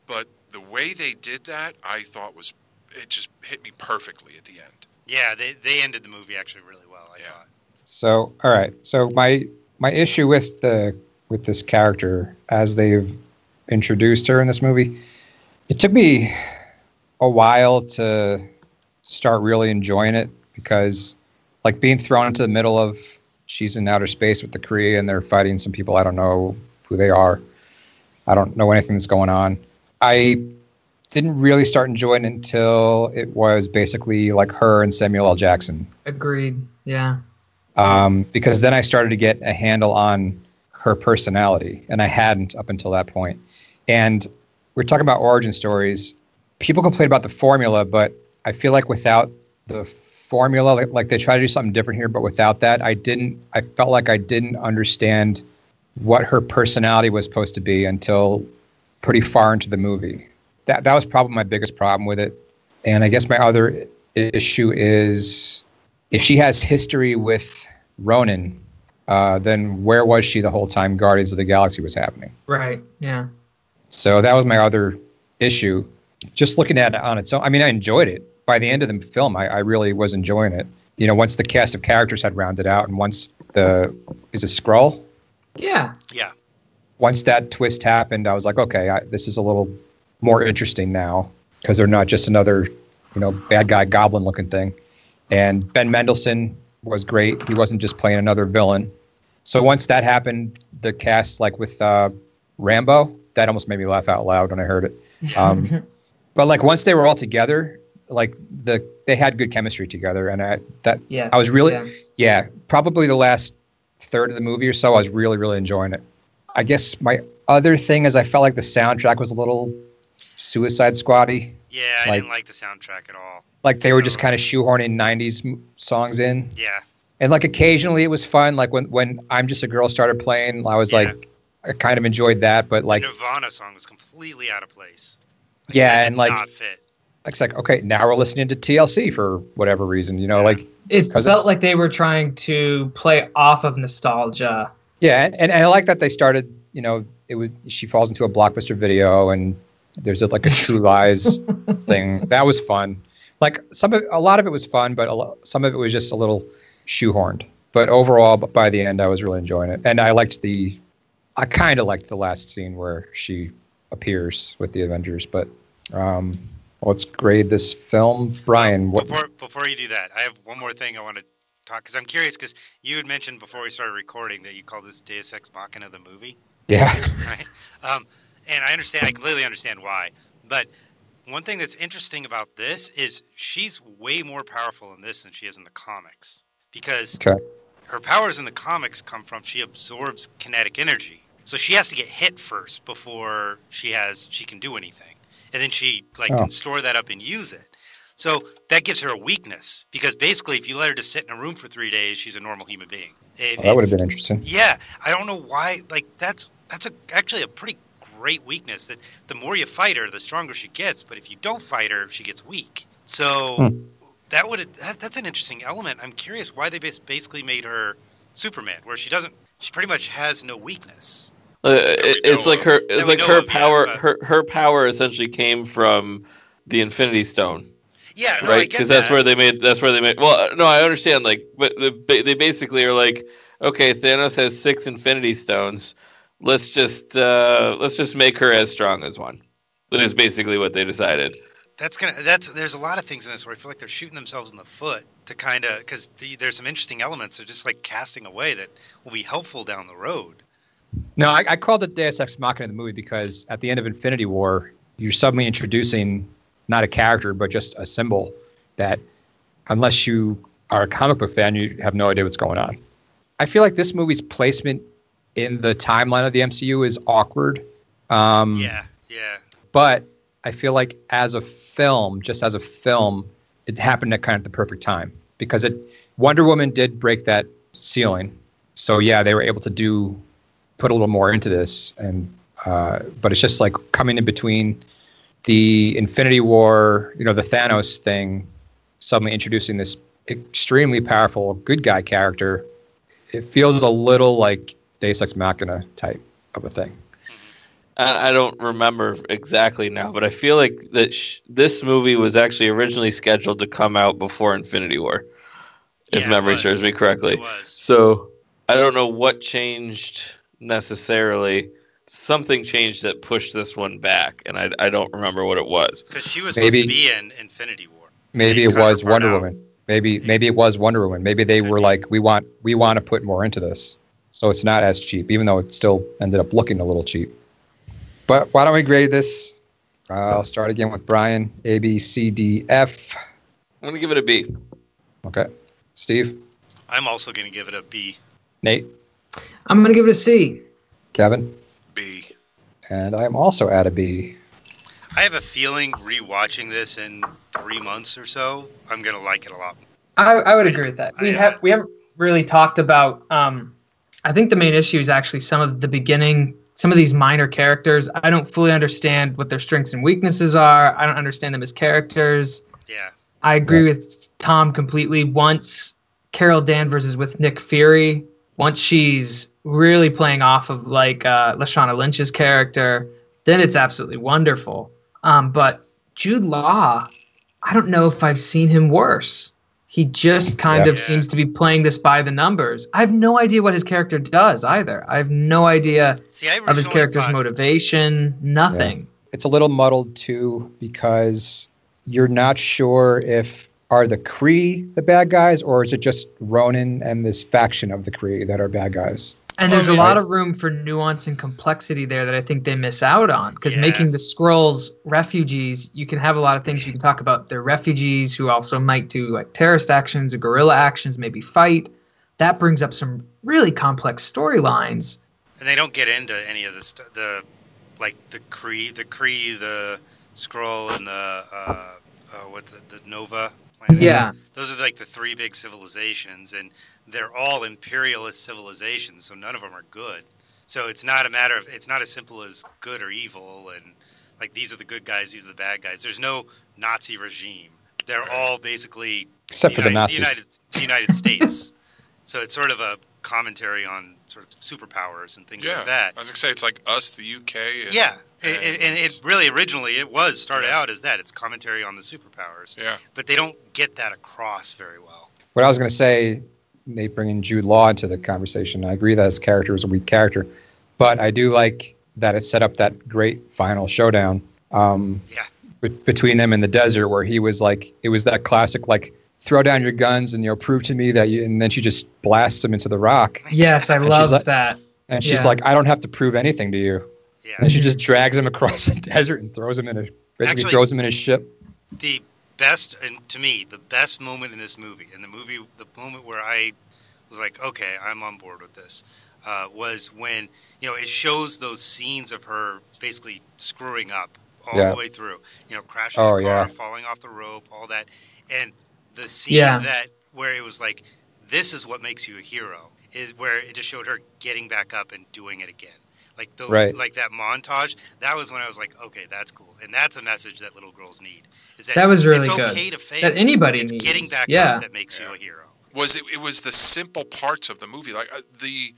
Speaker 5: but the way they did that, I thought was, it just hit me perfectly at the end.
Speaker 3: yeah, they they ended the movie actually really well. I
Speaker 5: Yeah.
Speaker 3: thought.
Speaker 2: So, all right. So my my issue with the with this character as they've introduced her in this movie, it took me a while to start really enjoying it because like being thrown into the middle of she's in outer space with the Kree and they're fighting some people I don't know who they are. I don't know anything that's going on. I didn't really start enjoying it until it was basically like her and Samuel L. Jackson
Speaker 1: Agreed. Yeah.
Speaker 2: um, because then I started to get a handle on her personality, and I hadn't up until that point. And we're talking about origin stories. People complain about the formula, but I feel like without the formula, like, like they try to do something different here, but without that, I didn't. I felt like I didn't understand what her personality was supposed to be until pretty far into the movie. That that was probably my biggest problem with it. And I guess my other i- issue is if she has history with Ronan, uh, then where was she the whole time Guardians of the Galaxy was happening?
Speaker 1: Right. Yeah.
Speaker 2: So that was my other issue. Just looking at it on its own, I mean, I enjoyed it. By the end of the film, I, I really was enjoying it. You know, once the cast of characters had rounded out, and once the is a scroll,
Speaker 1: Yeah.
Speaker 3: Yeah,
Speaker 2: once that twist happened, I was like, okay, I, this is a little more interesting now because they're not just another, you know, bad guy goblin looking thing. And Ben Mendelsohn was great. He wasn't just playing another villain. So once that happened, the cast, like with uh, Rambo, that almost made me laugh out loud when I heard it. Um, but like once they were all together, like the they had good chemistry together, and I that
Speaker 1: Yeah.
Speaker 2: I was really
Speaker 1: Yeah.
Speaker 2: yeah, probably the last third of the movie or so, I was really, really enjoying it. I guess my other thing is I felt like the soundtrack was a little Suicide Squatty.
Speaker 3: yeah, I
Speaker 2: Like-
Speaker 3: didn't like the soundtrack at all.
Speaker 2: Like they were just kind of shoehorning '90s m- songs in,
Speaker 3: Yeah,
Speaker 2: and like occasionally it was fun. Like when when I'm Just a Girl started playing, I was
Speaker 3: Yeah.
Speaker 2: like, I kind of enjoyed that, but like,
Speaker 3: the Nirvana song was completely out of place. That
Speaker 2: yeah,
Speaker 3: did
Speaker 2: and like
Speaker 3: not fit.
Speaker 2: it's like okay, now we're listening to TLC for whatever reason, you know,
Speaker 3: Yeah.
Speaker 2: like
Speaker 1: It
Speaker 2: 'Cause
Speaker 1: felt
Speaker 2: it's-
Speaker 1: like they were trying to play off of nostalgia.
Speaker 2: Yeah, and, and I like that they started. You know, it was she falls into a blockbuster video, and there's a, like a True Lies thing that was fun. Like some of a lot of it was fun, but a lo- some of it was just a little shoehorned. But overall, b- by the end, I was really enjoying it, and I liked the. I kind of liked the last scene where she appears with the Avengers, but um, Let's grade this film. Brian, what?
Speaker 3: Before before you do that, I have one more thing I want to talk because I'm curious because you had mentioned before we started recording that you call this Deus Ex Machina the movie,
Speaker 2: Yeah.
Speaker 3: right? um, and I understand, I completely understand why. But one thing that's interesting about this is she's way more powerful in this than she is in the comics because
Speaker 2: Okay.
Speaker 3: her powers in the comics come from she absorbs kinetic energy. So she has to get hit first before she has she can do anything. And then she like
Speaker 2: Oh.
Speaker 3: can store that up and use it. So that gives her a weakness because basically if you let her just sit in a room for 3 days, she's a normal human being. If-
Speaker 2: Well, that would
Speaker 3: if-
Speaker 2: have been interesting.
Speaker 3: yeah, I don't know why. Like that's that's a, actually a pretty great weakness. That the more you fight her, the stronger she gets. But if you don't fight her, she gets weak. So
Speaker 4: Hmm.
Speaker 3: that would that, that's an interesting element. I'm curious why they bas- basically made her Superman, where she doesn't. She pretty much has no weakness.
Speaker 4: Uh, it-
Speaker 5: we
Speaker 4: it's
Speaker 5: know
Speaker 4: like her.
Speaker 5: of.
Speaker 3: That
Speaker 4: It's
Speaker 3: we
Speaker 4: like
Speaker 3: know
Speaker 4: her
Speaker 3: of, yeah,
Speaker 4: power.
Speaker 3: but-
Speaker 4: her her power essentially came from the Infinity Stone,
Speaker 3: Yeah, no, I
Speaker 4: right?
Speaker 3: get
Speaker 4: Because that's
Speaker 3: that.
Speaker 4: where they made. That's where they made. Well, uh, no, I understand. Like, but the, ba- they basically are like, okay, Thanos has six Infinity Stones. Let's just uh, let's just make her as strong as one. That is basically what they decided.
Speaker 3: That's gonna. That's there's a lot of things in this where I feel like they're shooting themselves in the foot to kind of because the, there's some interesting elements they're just like casting away that will be helpful down the road.
Speaker 2: No, I, I called it Deus Ex Machina in the movie because at the end of Infinity War, you're suddenly introducing not a character but just a symbol that, unless you are a comic book fan, you have no idea what's going on. I feel like this movie's placement in the timeline of the MCU is awkward.
Speaker 4: Hmm.
Speaker 2: Um,
Speaker 3: Yeah, yeah.
Speaker 2: but I feel like as a film, just as a film, it happened at kind of the perfect time because it Wonder Woman did break that ceiling. So yeah, they were able to do put a little more into this, and uh, but it's just like coming in between the Infinity War, you know, the Thanos thing, suddenly introducing this extremely powerful good guy character. It feels a little like Deus Ex Machina type of a thing.
Speaker 4: I, I don't remember exactly now, but I feel like that sh- this movie was actually originally scheduled to come out before Infinity War, if
Speaker 3: Yeah, it
Speaker 4: memory
Speaker 3: was.
Speaker 4: serves me correctly.
Speaker 3: It was.
Speaker 4: So I don't know what changed necessarily. Something changed that pushed this one back, and I, I don't remember what it was.
Speaker 3: Because she was
Speaker 2: Maybe-
Speaker 3: supposed to be in Infinity War.
Speaker 2: Maybe
Speaker 3: They
Speaker 2: it
Speaker 3: cut
Speaker 2: was
Speaker 3: her part
Speaker 2: Wonder
Speaker 3: out.
Speaker 2: Woman. Maybe maybe it was Wonder Woman. Maybe they
Speaker 3: Could
Speaker 2: were
Speaker 3: be.
Speaker 2: like, we want we want to put more into this, so it's not as cheap, even though it still ended up looking a little cheap. But why don't we grade this? Uh, I'll start again with Brian. A B C D F.
Speaker 4: I'm gonna give it a B.
Speaker 2: Okay. Steve,
Speaker 3: I'm also going to give it a B.
Speaker 2: Nate,
Speaker 1: I'm gonna give it a C.
Speaker 2: Kevin,
Speaker 5: B.
Speaker 2: and I am also at a B.
Speaker 3: I have a feeling rewatching this in three months or so, I'm going to like it a lot.
Speaker 1: I, I would
Speaker 3: I just-
Speaker 1: agree with that. We
Speaker 3: I, uh,
Speaker 1: have we haven't really talked about. Um, I think the main issue is actually some of the beginning. Some of these minor characters, I don't fully understand what their strengths and weaknesses are. I don't understand them as characters.
Speaker 3: Yeah.
Speaker 1: I agree with Tom completely. Once Carol Danvers is with Nick Fury, once she's really playing off of like uh, Lashana Lynch's character, then it's absolutely wonderful. Um, but Jude Law, I don't know if I've seen him worse. He just kind
Speaker 2: Yeah.
Speaker 1: of seems to be playing this by the numbers. I have no idea what his character does either. I have no idea
Speaker 3: See, I originally
Speaker 1: of his character's
Speaker 3: thought,
Speaker 1: motivation. Nothing.
Speaker 2: It's a little muddled too because you're not sure if are the Kree the bad guys or is it just Ronan and this faction of the Kree that are bad guys.
Speaker 1: And
Speaker 5: Oh,
Speaker 1: there's a
Speaker 5: yeah.
Speaker 1: lot of room for nuance and complexity there that I think they miss out on because
Speaker 3: Yeah.
Speaker 1: making the scrolls refugees, you can have a lot of things you can talk about. They're refugees who also might do like terrorist actions or guerrilla actions, maybe fight. That brings up some really complex storylines.
Speaker 3: and they don't get into any of the st- the like the Cree, the Cree, the Scroll, and the uh, uh, what the, the Nova. Planet.
Speaker 1: Yeah.
Speaker 3: Those are like the three big civilizations, and they're all imperialist civilizations, so none of them are good. So it's not a matter of it's not as simple as good or evil, and like these are the good guys, these are the bad guys. There's no Nazi regime. They're all basically
Speaker 2: Except for the
Speaker 3: United-
Speaker 2: Nazis.
Speaker 3: United, the United States. so it's sort of a commentary on sort of superpowers and things
Speaker 5: Yeah.
Speaker 3: like that.
Speaker 5: I was gonna say it's like us, the UK. And,
Speaker 3: Yeah, it, it, and it really originally it was started
Speaker 5: Yeah.
Speaker 3: out as that. It's commentary on the superpowers,
Speaker 5: Yeah.
Speaker 3: but they don't get that across very well.
Speaker 2: what I was going to say, Nate bringing Jude Law into the conversation. I agree that his character is a weak character, but I do like that it set up that great final showdown. Um,
Speaker 3: Yeah.
Speaker 2: be- between them in the desert where he was like it was that classic like throw down your guns and you know prove to me that you and then she just blasts him into the rock
Speaker 1: Yes, I
Speaker 2: she's
Speaker 1: loved
Speaker 2: like-
Speaker 1: that.
Speaker 2: and she's
Speaker 1: Yeah.
Speaker 2: like I don't have to prove anything to you
Speaker 3: Yeah.
Speaker 2: and she just drags him across the desert and throws him in a basically
Speaker 3: Actually-
Speaker 2: throws him in his ship
Speaker 3: the best and to me the best moment in this movie and the movie the moment where i was like okay i'm on board with this uh, was when you know it shows those scenes of her basically screwing up all
Speaker 2: Yeah.
Speaker 3: the way through you know crashing
Speaker 2: Oh,
Speaker 3: the car
Speaker 2: yeah.
Speaker 3: falling off the rope all that and the scene
Speaker 1: Yeah.
Speaker 3: that where it was like this is what makes you a hero is where it just showed her getting back up and doing it again like those
Speaker 2: Right.
Speaker 3: like that montage that was when i was like okay that's cool and that's a message that little girls need is that
Speaker 1: That was really
Speaker 3: it's
Speaker 1: good.
Speaker 3: okay to fail.
Speaker 1: That anybody
Speaker 3: it's
Speaker 1: needs.
Speaker 3: getting back
Speaker 1: yeah.
Speaker 3: up that makes you a hero.
Speaker 5: was it, it was the simple parts of the movie like uh, the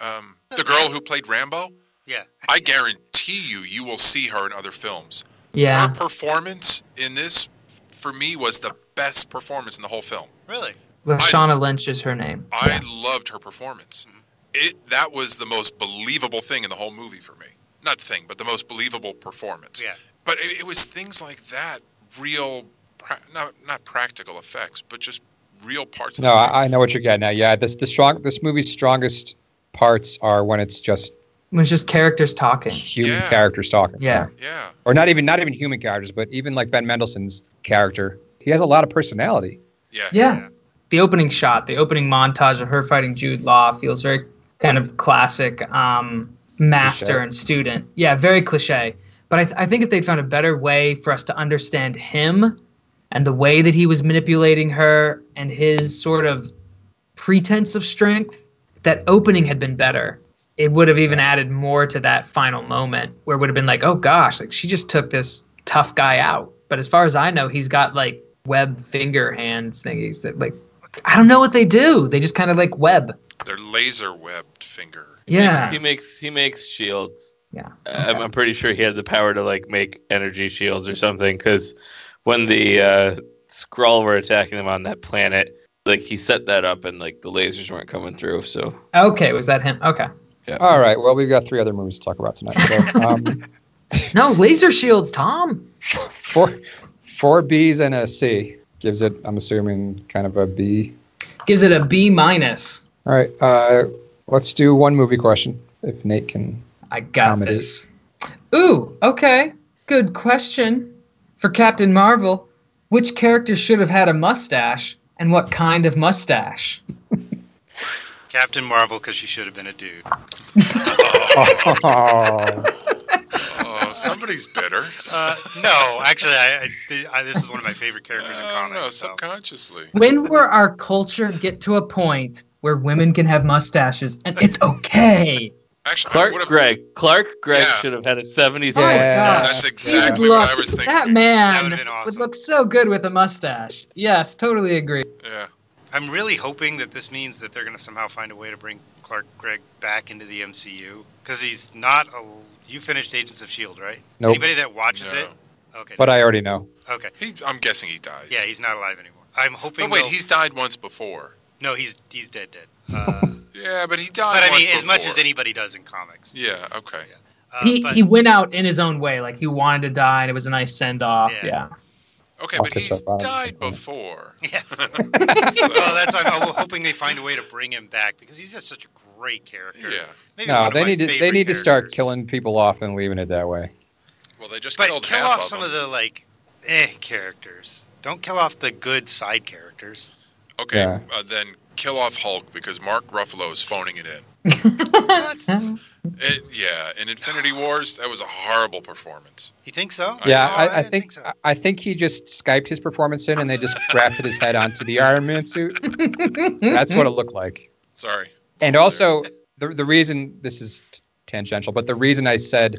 Speaker 5: um, the girl who played Rambo
Speaker 3: Yeah.
Speaker 5: I guarantee you you will see her in other films her
Speaker 1: Yeah.
Speaker 5: performance in this f- for me was the best performance in the whole film
Speaker 3: Really?
Speaker 1: Lashana Lynch is her name.
Speaker 5: I loved her performance it that was the most believable thing in the whole movie for me not thing but the most believable performance
Speaker 3: Yeah.
Speaker 5: but it, it was things like that real pra- not not practical effects but just real parts of
Speaker 2: no
Speaker 5: the movie.
Speaker 2: I, I know what you're getting at yeah this the strong this movie's strongest parts are when it's just
Speaker 1: It was just characters talking.
Speaker 2: human
Speaker 5: Yeah.
Speaker 2: characters talking
Speaker 1: Yeah.
Speaker 5: yeah
Speaker 2: or not even not even human characters, but even like Ben Mendelsohn's character, he has a lot of personality.
Speaker 5: yeah
Speaker 1: Yeah. The opening shot, the opening montage of her fighting Jude Law feels very kind of classic um, master
Speaker 2: Cliche.
Speaker 1: and student. Yeah, very cliche. But I, th- I think if they'd found a better way for us to understand him and the way that he was manipulating her and his sort of pretense of strength, that opening had been better. It would have even added more to that final moment where it would have been like, oh gosh, like she just took this tough guy out. But as far as I know, he's got like web finger hands thingies that like I don't know what they do. They just kind of like web.
Speaker 5: Their laser webbed finger.
Speaker 1: Yeah.
Speaker 4: He makes he makes shields.
Speaker 1: Yeah.
Speaker 4: I'm, I'm pretty sure he had the power to like make energy shields or something because when the uh, Skrull were attacking them on that planet, like he set that up and like the lasers weren't coming through. So
Speaker 1: Okay, was that him? Okay.
Speaker 2: All right, well, we've got three other movies to talk about tonight. So, um,
Speaker 1: No, laser shields, Tom.
Speaker 2: four four B's and a C gives it, I'm assuming, kind of a B.
Speaker 1: Gives it a B minus.
Speaker 2: All right, uh, let's do one movie question. If Nate can,
Speaker 1: I got
Speaker 2: Comedy.
Speaker 1: this. Ooh, okay. Good question. For Captain Marvel, which character should have had a mustache and what kind of mustache?
Speaker 3: Captain Marvel because she should have been a dude.
Speaker 2: oh,
Speaker 5: Oh, somebody's bitter.
Speaker 3: Uh, no, actually, I, I, th- I, this is one of my favorite characters in
Speaker 5: I don't
Speaker 3: comics.
Speaker 5: know,
Speaker 3: so.
Speaker 5: subconsciously.
Speaker 1: When will our culture get to a point where women can have mustaches and it's okay?
Speaker 5: Actually, I
Speaker 4: Clark
Speaker 5: would have,
Speaker 4: Gregg, Clark Gregg
Speaker 5: Yeah.
Speaker 4: should have had a 70s.
Speaker 1: Oh my
Speaker 2: Yeah.
Speaker 1: gosh.
Speaker 5: that's
Speaker 1: He would
Speaker 5: exactly
Speaker 1: look-
Speaker 5: what I was thinking.
Speaker 1: That man
Speaker 3: That would've been awesome.
Speaker 1: would look so good with a mustache. Yes, totally agree.
Speaker 5: Yeah.
Speaker 3: I'm really hoping that this means that they're going to somehow find a way to bring Clark Gregg back into the MCU because he's not a. You finished Agents of Shield, E right?
Speaker 2: Nope.
Speaker 3: Anybody that watches
Speaker 5: No.
Speaker 3: it, okay,
Speaker 2: but I already know.
Speaker 3: okay,
Speaker 5: He, I'm guessing he dies.
Speaker 3: yeah, he's not alive anymore. I'm hoping.
Speaker 5: But Oh, wait,
Speaker 3: they'll-
Speaker 5: he's died once before.
Speaker 3: no, he's he's dead, dead. Uh,
Speaker 5: Yeah, but he died
Speaker 3: but I
Speaker 5: once
Speaker 3: mean, as much
Speaker 5: before.
Speaker 3: as anybody does in comics.
Speaker 5: Yeah, okay.
Speaker 3: Uh,
Speaker 1: he
Speaker 3: but-
Speaker 1: he went out in his own way, like he wanted to die, and it was a nice send off.
Speaker 3: Yeah.
Speaker 1: yeah.
Speaker 5: Okay,
Speaker 2: I'll
Speaker 5: but
Speaker 2: catch
Speaker 5: he's
Speaker 2: up on it.
Speaker 5: died before.
Speaker 3: Yes. well, that's why I'm hoping they find a way to bring him back because he's just such a great character.
Speaker 5: Yeah.
Speaker 3: Maybe one
Speaker 2: No,
Speaker 3: of
Speaker 2: they
Speaker 3: my
Speaker 2: need to they
Speaker 3: favorite
Speaker 2: need to start
Speaker 3: characters.
Speaker 2: killing people off and leaving it that way.
Speaker 5: Well, they just
Speaker 3: But
Speaker 5: killed
Speaker 3: kill
Speaker 5: half
Speaker 3: off
Speaker 5: of
Speaker 3: some
Speaker 5: him.
Speaker 3: of the like eh characters. Don't kill off the good side characters.
Speaker 5: Okay,
Speaker 2: Yeah.
Speaker 5: uh, then kill off Hulk because Mark Ruffalo is phoning it in.
Speaker 3: What?
Speaker 5: It, yeah, in Infinity Wars, that was a horrible performance.
Speaker 3: You think so?
Speaker 2: Yeah,
Speaker 3: No,
Speaker 2: I, I,
Speaker 3: oh, didn't
Speaker 2: think,
Speaker 3: so.
Speaker 2: I- I think he just skyped his performance in, and they just grafted his head onto the Iron Man suit.
Speaker 1: Mm-hmm.
Speaker 2: That's what it looked like.
Speaker 5: Sorry.
Speaker 2: And also, the the reason this is t- tangential, but the reason I said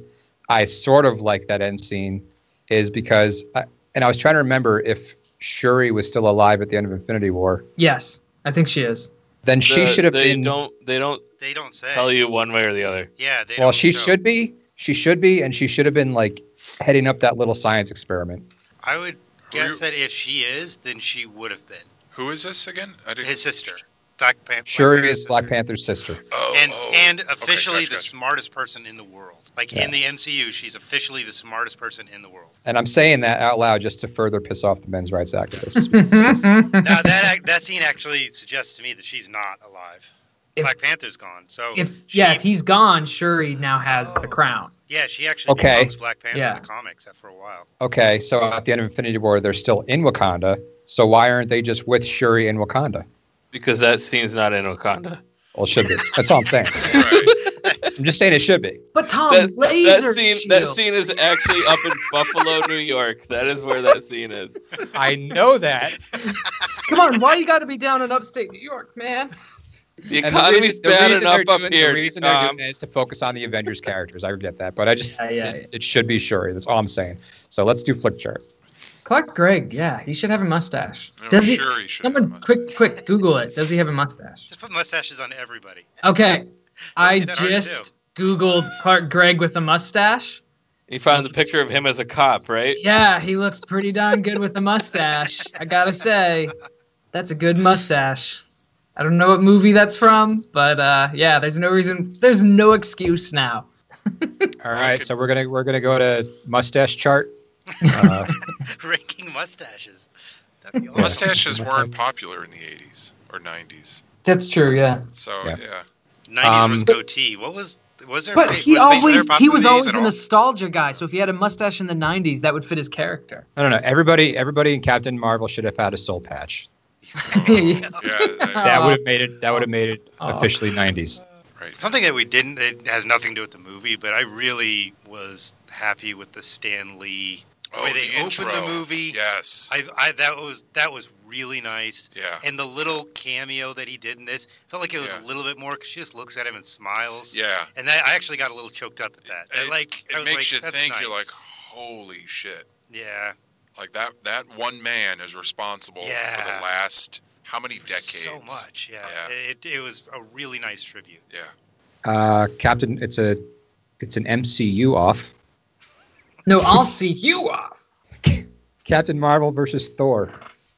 Speaker 2: I sort of like that end scene is because, I, and I was trying to remember if Shuri was still alive at the end of Infinity War,
Speaker 1: Yes, I think she is.
Speaker 2: then she
Speaker 4: The-
Speaker 2: should have
Speaker 4: they
Speaker 2: been.
Speaker 4: Don't they don't
Speaker 3: they don't say.
Speaker 4: tell you one way or the other.
Speaker 3: Yeah, they
Speaker 2: well,
Speaker 3: don't
Speaker 2: she
Speaker 3: show.
Speaker 2: should be. She should be, and she should have been like heading up that little science experiment.
Speaker 3: I would
Speaker 5: Who
Speaker 3: guess
Speaker 5: you-
Speaker 3: that if she is, then she would have been
Speaker 5: Who is this again? I didn't.
Speaker 3: his sister, Black Panther.
Speaker 2: Shuri is Black Panther's sister.
Speaker 5: Oh,
Speaker 3: And
Speaker 5: oh, Oh,
Speaker 3: and
Speaker 5: okay,
Speaker 3: officially
Speaker 5: gotcha,
Speaker 3: the
Speaker 5: gotcha.
Speaker 3: smartest person in the world. Like in the MCU, she's officially the smartest person in the world.
Speaker 2: And I'm saying that out loud just to further piss off the men's rights activists.
Speaker 4: Mm-hmm.
Speaker 1: if
Speaker 3: now that ac- that scene actually suggests to me that she's not alive.
Speaker 1: If-
Speaker 3: Black Panther's gone, so she,
Speaker 1: yeah, if he's gone, Shuri now has the
Speaker 3: Oh.
Speaker 1: crown.
Speaker 3: yeah, she actually
Speaker 2: Okay.
Speaker 3: becomes Black Panther
Speaker 1: Yeah.
Speaker 3: in the comics after a while.
Speaker 2: okay, so at the end of Infinity War, they're still in Wakanda. So why aren't they just with Shuri in Wakanda?
Speaker 4: because that scene's not in Wakanda.
Speaker 2: Well, it should be. That's all I'm saying.
Speaker 5: Right.
Speaker 2: I'm just saying it should be.
Speaker 1: But Tom,
Speaker 4: That-
Speaker 1: laser
Speaker 4: that scene,
Speaker 1: shield.
Speaker 4: that scene is actually up in Buffalo, New York. That is where that scene is.
Speaker 2: I know that.
Speaker 1: Come on, why you got to be down in upstate New York, man?
Speaker 4: The
Speaker 2: And the
Speaker 4: economy's
Speaker 2: reason- the
Speaker 4: bad
Speaker 2: reason
Speaker 4: enough
Speaker 2: they're
Speaker 4: up
Speaker 2: doing-
Speaker 4: here.
Speaker 2: The reason they're
Speaker 4: Tom.
Speaker 2: doing that is to focus on the Avengers characters. I get that, but I just
Speaker 1: Yeah, yeah,
Speaker 2: it, it should be Shuri. That's all I'm saying. So let's do flick chart.
Speaker 1: Clark Gregg, yeah, he should have a mustache.
Speaker 5: No,
Speaker 1: Does he?
Speaker 5: Oh, sure he should.
Speaker 1: Someone,
Speaker 5: have a
Speaker 1: quick,
Speaker 5: mustache.
Speaker 1: quick, Google it. Does he have a mustache?
Speaker 3: Just put mustaches on everybody.
Speaker 1: Okay, I
Speaker 3: that hard to
Speaker 1: just googled Clark Gregg with a mustache.
Speaker 4: You found the picture of him as a cop, right?
Speaker 1: Yeah, he looks pretty darn good with a mustache. I gotta say, that's a good mustache. I don't know what movie that's from, but uh, yeah, there's no reason, there's no excuse now.
Speaker 2: All
Speaker 5: I
Speaker 2: right,
Speaker 5: could-
Speaker 2: so we're gonna we're gonna go to mustache chart. Uh,
Speaker 3: Ranking mustaches. That'd be awesome.
Speaker 5: Mustaches weren't popular in the 80s or 90s.
Speaker 1: That's true, yeah.
Speaker 5: So,
Speaker 2: Yeah.
Speaker 5: yeah.
Speaker 3: 90s was
Speaker 2: Um,
Speaker 3: goatee. What was was there?
Speaker 1: But
Speaker 3: fa-
Speaker 1: he
Speaker 3: was facial hair
Speaker 1: always he
Speaker 3: popular
Speaker 1: was
Speaker 3: in the 80s
Speaker 1: always
Speaker 3: at
Speaker 1: a
Speaker 3: all?
Speaker 1: nostalgia guy, so if he had a mustache in the '90s, that would fit his character.
Speaker 2: I don't know. Everybody everybody in Captain Marvel should have had a soul patch.
Speaker 5: Oh, yeah. they-
Speaker 2: That
Speaker 1: Aw.
Speaker 2: would have made it. That would have made it
Speaker 1: Aw.
Speaker 2: officially 90s.
Speaker 5: right.
Speaker 3: Something that we didn't, it has nothing to do with the movie, but I really was happy with the Stan Lee.
Speaker 5: Oh,
Speaker 3: Where they
Speaker 5: the
Speaker 3: opened the
Speaker 5: intro.
Speaker 3: movie.
Speaker 5: Yes.
Speaker 3: I, I that was that was really nice.
Speaker 5: yeah.
Speaker 3: And the little cameo that he did in this felt like it was a
Speaker 5: Yeah.
Speaker 3: little bit more because she just looks at him and smiles.
Speaker 5: Yeah.
Speaker 3: And that, I actually got a little choked up at that. That,
Speaker 5: It-
Speaker 3: like
Speaker 5: it
Speaker 3: I was like,
Speaker 5: makes you
Speaker 3: "That's
Speaker 5: think. You're like,
Speaker 3: nice."
Speaker 5: holy shit!
Speaker 3: yeah,
Speaker 5: Like that that one man is responsible for
Speaker 3: Yeah.
Speaker 5: the last how many
Speaker 3: For
Speaker 5: decades?
Speaker 3: so much. Yeah,
Speaker 5: Yeah.
Speaker 3: It, it was a really nice tribute.
Speaker 5: Yeah.
Speaker 2: Uh, Captain, it's a it's an MCU off.
Speaker 1: No, I'll see you off.
Speaker 2: Captain Marvel versus Thor.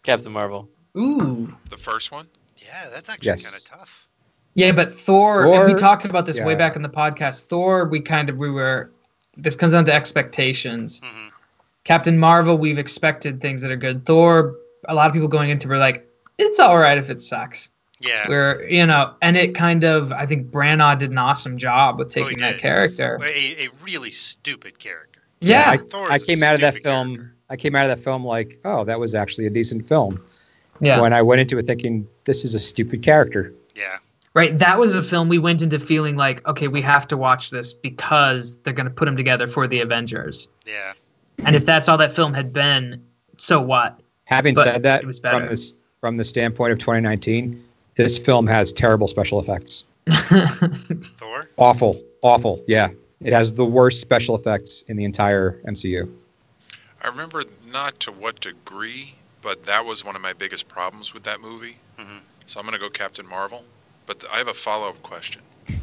Speaker 4: Captain Marvel.
Speaker 1: Ooh,
Speaker 5: The first one.
Speaker 3: Yeah, that's actually
Speaker 2: Yes.
Speaker 3: kind of tough.
Speaker 1: yeah, but Thor. and we
Speaker 2: Thor-
Speaker 1: talked about this way
Speaker 2: yeah.
Speaker 1: back in the podcast. Thor, we kind of we were. This comes down to expectations.
Speaker 3: Mhm.
Speaker 1: Captain Marvel, we've expected things that are good. Thor, a lot of people going into it were like, it's all right if it sucks.
Speaker 3: Yeah.
Speaker 1: Where you know, and it kind of, I think Branagh did an awesome job with
Speaker 3: Oh, he
Speaker 1: taking that
Speaker 3: did.
Speaker 1: character.
Speaker 3: Well, A, a really stupid character.
Speaker 1: yeah,
Speaker 2: I-
Speaker 3: Thor
Speaker 2: I
Speaker 3: is a
Speaker 2: came out of that
Speaker 3: stupid
Speaker 2: film.
Speaker 3: character.
Speaker 2: I came out of that film like, oh, that was actually a decent film.
Speaker 1: yeah.
Speaker 2: when I went into it thinking this is a stupid character.
Speaker 3: Yeah.
Speaker 1: Right, that was a film we went into feeling like, okay, we have to watch this because they're going to put them together for the Avengers.
Speaker 3: Yeah.
Speaker 1: And if that's all that film had been, so what?
Speaker 2: Having
Speaker 1: But
Speaker 2: said that,
Speaker 1: it was better.
Speaker 2: from this from the standpoint of 2019, this film has terrible special effects.
Speaker 3: Thor?
Speaker 2: Awful, awful. Yeah, it has the worst special effects in the entire MCU.
Speaker 5: I remember not to what degree, but that was one of my biggest problems with that movie.
Speaker 1: Mm-hmm.
Speaker 3: Mhm.
Speaker 5: So I'm going to go Captain Marvel. But th- I have a follow up question, and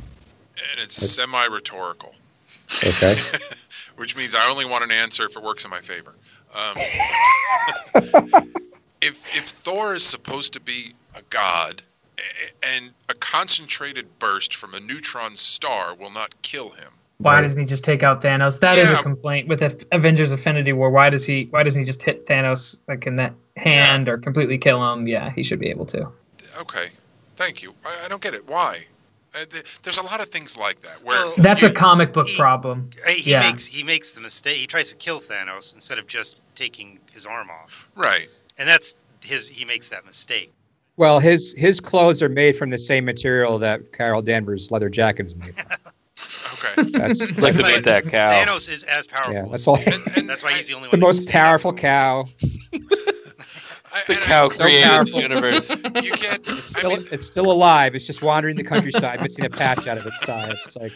Speaker 5: it's semi rhetorical,
Speaker 2: Okay.
Speaker 5: which means I only want an answer if it works in my favor. Um, if if Thor is supposed to be a god, a- and a concentrated burst from a neutron star will not kill him.
Speaker 1: Why doesn't he just take out Thanos? That is
Speaker 5: Yeah.
Speaker 1: a complaint with Af- Avengers Affinity War. Why does he why doesn't he just hit Thanos like in that hand or completely kill him? Yeah, he should be able to.
Speaker 5: Okay, thank you. I, I don't get it. Why? Uh, th- there's a lot of things like that where
Speaker 3: Well,
Speaker 1: That's a
Speaker 5: you-
Speaker 1: comic book
Speaker 3: He-
Speaker 1: problem.
Speaker 3: Hey, He
Speaker 1: Yeah.
Speaker 3: makes he makes the mistake. He tries to kill Thanos instead of just taking his arm off,
Speaker 5: right.
Speaker 3: and that's his. He makes that mistake.
Speaker 2: well, his his clothes are made from the same material that Carol Danvers' leather jacket is made. From.
Speaker 5: Okay.
Speaker 2: That's,
Speaker 4: Look
Speaker 2: that's-
Speaker 4: at me, that cow.
Speaker 3: Thanos is as powerful.
Speaker 2: yeah, that's
Speaker 3: as
Speaker 2: all.
Speaker 5: And- and
Speaker 3: That's why he's the
Speaker 2: the
Speaker 3: only one. that can
Speaker 2: most
Speaker 3: stand up
Speaker 2: powerful
Speaker 3: to him.
Speaker 2: cow.
Speaker 5: I,
Speaker 4: The
Speaker 5: and I-
Speaker 4: cow
Speaker 2: so
Speaker 4: created the
Speaker 2: powerful.
Speaker 4: universe.
Speaker 5: You can't.
Speaker 2: It's
Speaker 5: I
Speaker 2: still,
Speaker 5: mean,
Speaker 2: it's still alive. It's just wandering the countryside, missing a patch out of its side. It's like.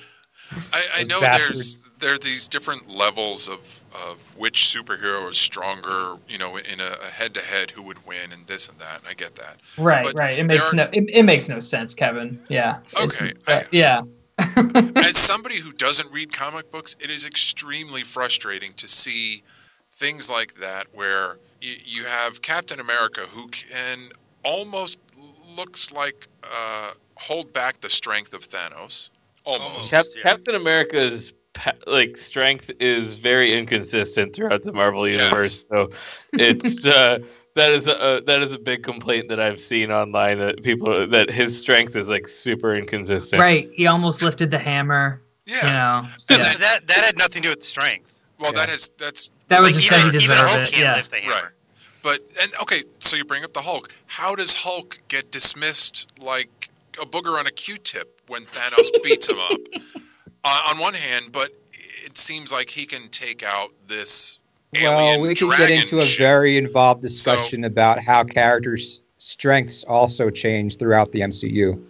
Speaker 5: I, I
Speaker 2: those
Speaker 5: know
Speaker 2: bastards.
Speaker 5: there's there are these different levels of of which superhero is stronger. You know, in a, a head-to-head, who would win, and this and that. And I get that.
Speaker 1: Right,
Speaker 5: But
Speaker 1: right. It
Speaker 5: there
Speaker 1: makes
Speaker 5: are-
Speaker 1: no it, it makes no sense, Kevin. Yeah. It's-
Speaker 5: Okay,
Speaker 1: uh,
Speaker 5: I-
Speaker 1: yeah.
Speaker 5: As somebody who doesn't read comic books, it is extremely frustrating to see things like that where y- you have Captain America who can almost looks like uh, hold back the strength of Thanos Almost.
Speaker 4: Cap-
Speaker 3: Yeah.
Speaker 4: Captain America's pa- like strength is very inconsistent throughout the Marvel
Speaker 5: Yes.
Speaker 4: universe. So it's uh, that is a uh, that is a big complaint that I've seen online that people that his strength is like super inconsistent.
Speaker 1: Right. He almost lifted the hammer.
Speaker 5: Yeah.
Speaker 1: You know.
Speaker 5: And
Speaker 1: Yeah.
Speaker 5: then-
Speaker 3: That, that that had nothing to do with strength.
Speaker 5: Well,
Speaker 1: Yeah.
Speaker 5: that is that's
Speaker 1: That was
Speaker 5: Like,
Speaker 1: just
Speaker 5: even-
Speaker 1: because he
Speaker 5: even
Speaker 1: deserved
Speaker 3: Hulk
Speaker 1: it.
Speaker 3: can't
Speaker 1: Yeah.
Speaker 3: lift the hammer.
Speaker 5: right. But and okay, so you bring up the Hulk. How does Hulk get dismissed like a booger on a Q-tip when Thanos beats him up? Uh, on one hand, but it seems like he can take out this
Speaker 2: Well,
Speaker 5: alien
Speaker 2: we can
Speaker 5: dragon
Speaker 2: get into a
Speaker 5: shit.
Speaker 2: very involved discussion about how characters' strengths also change throughout the MCU.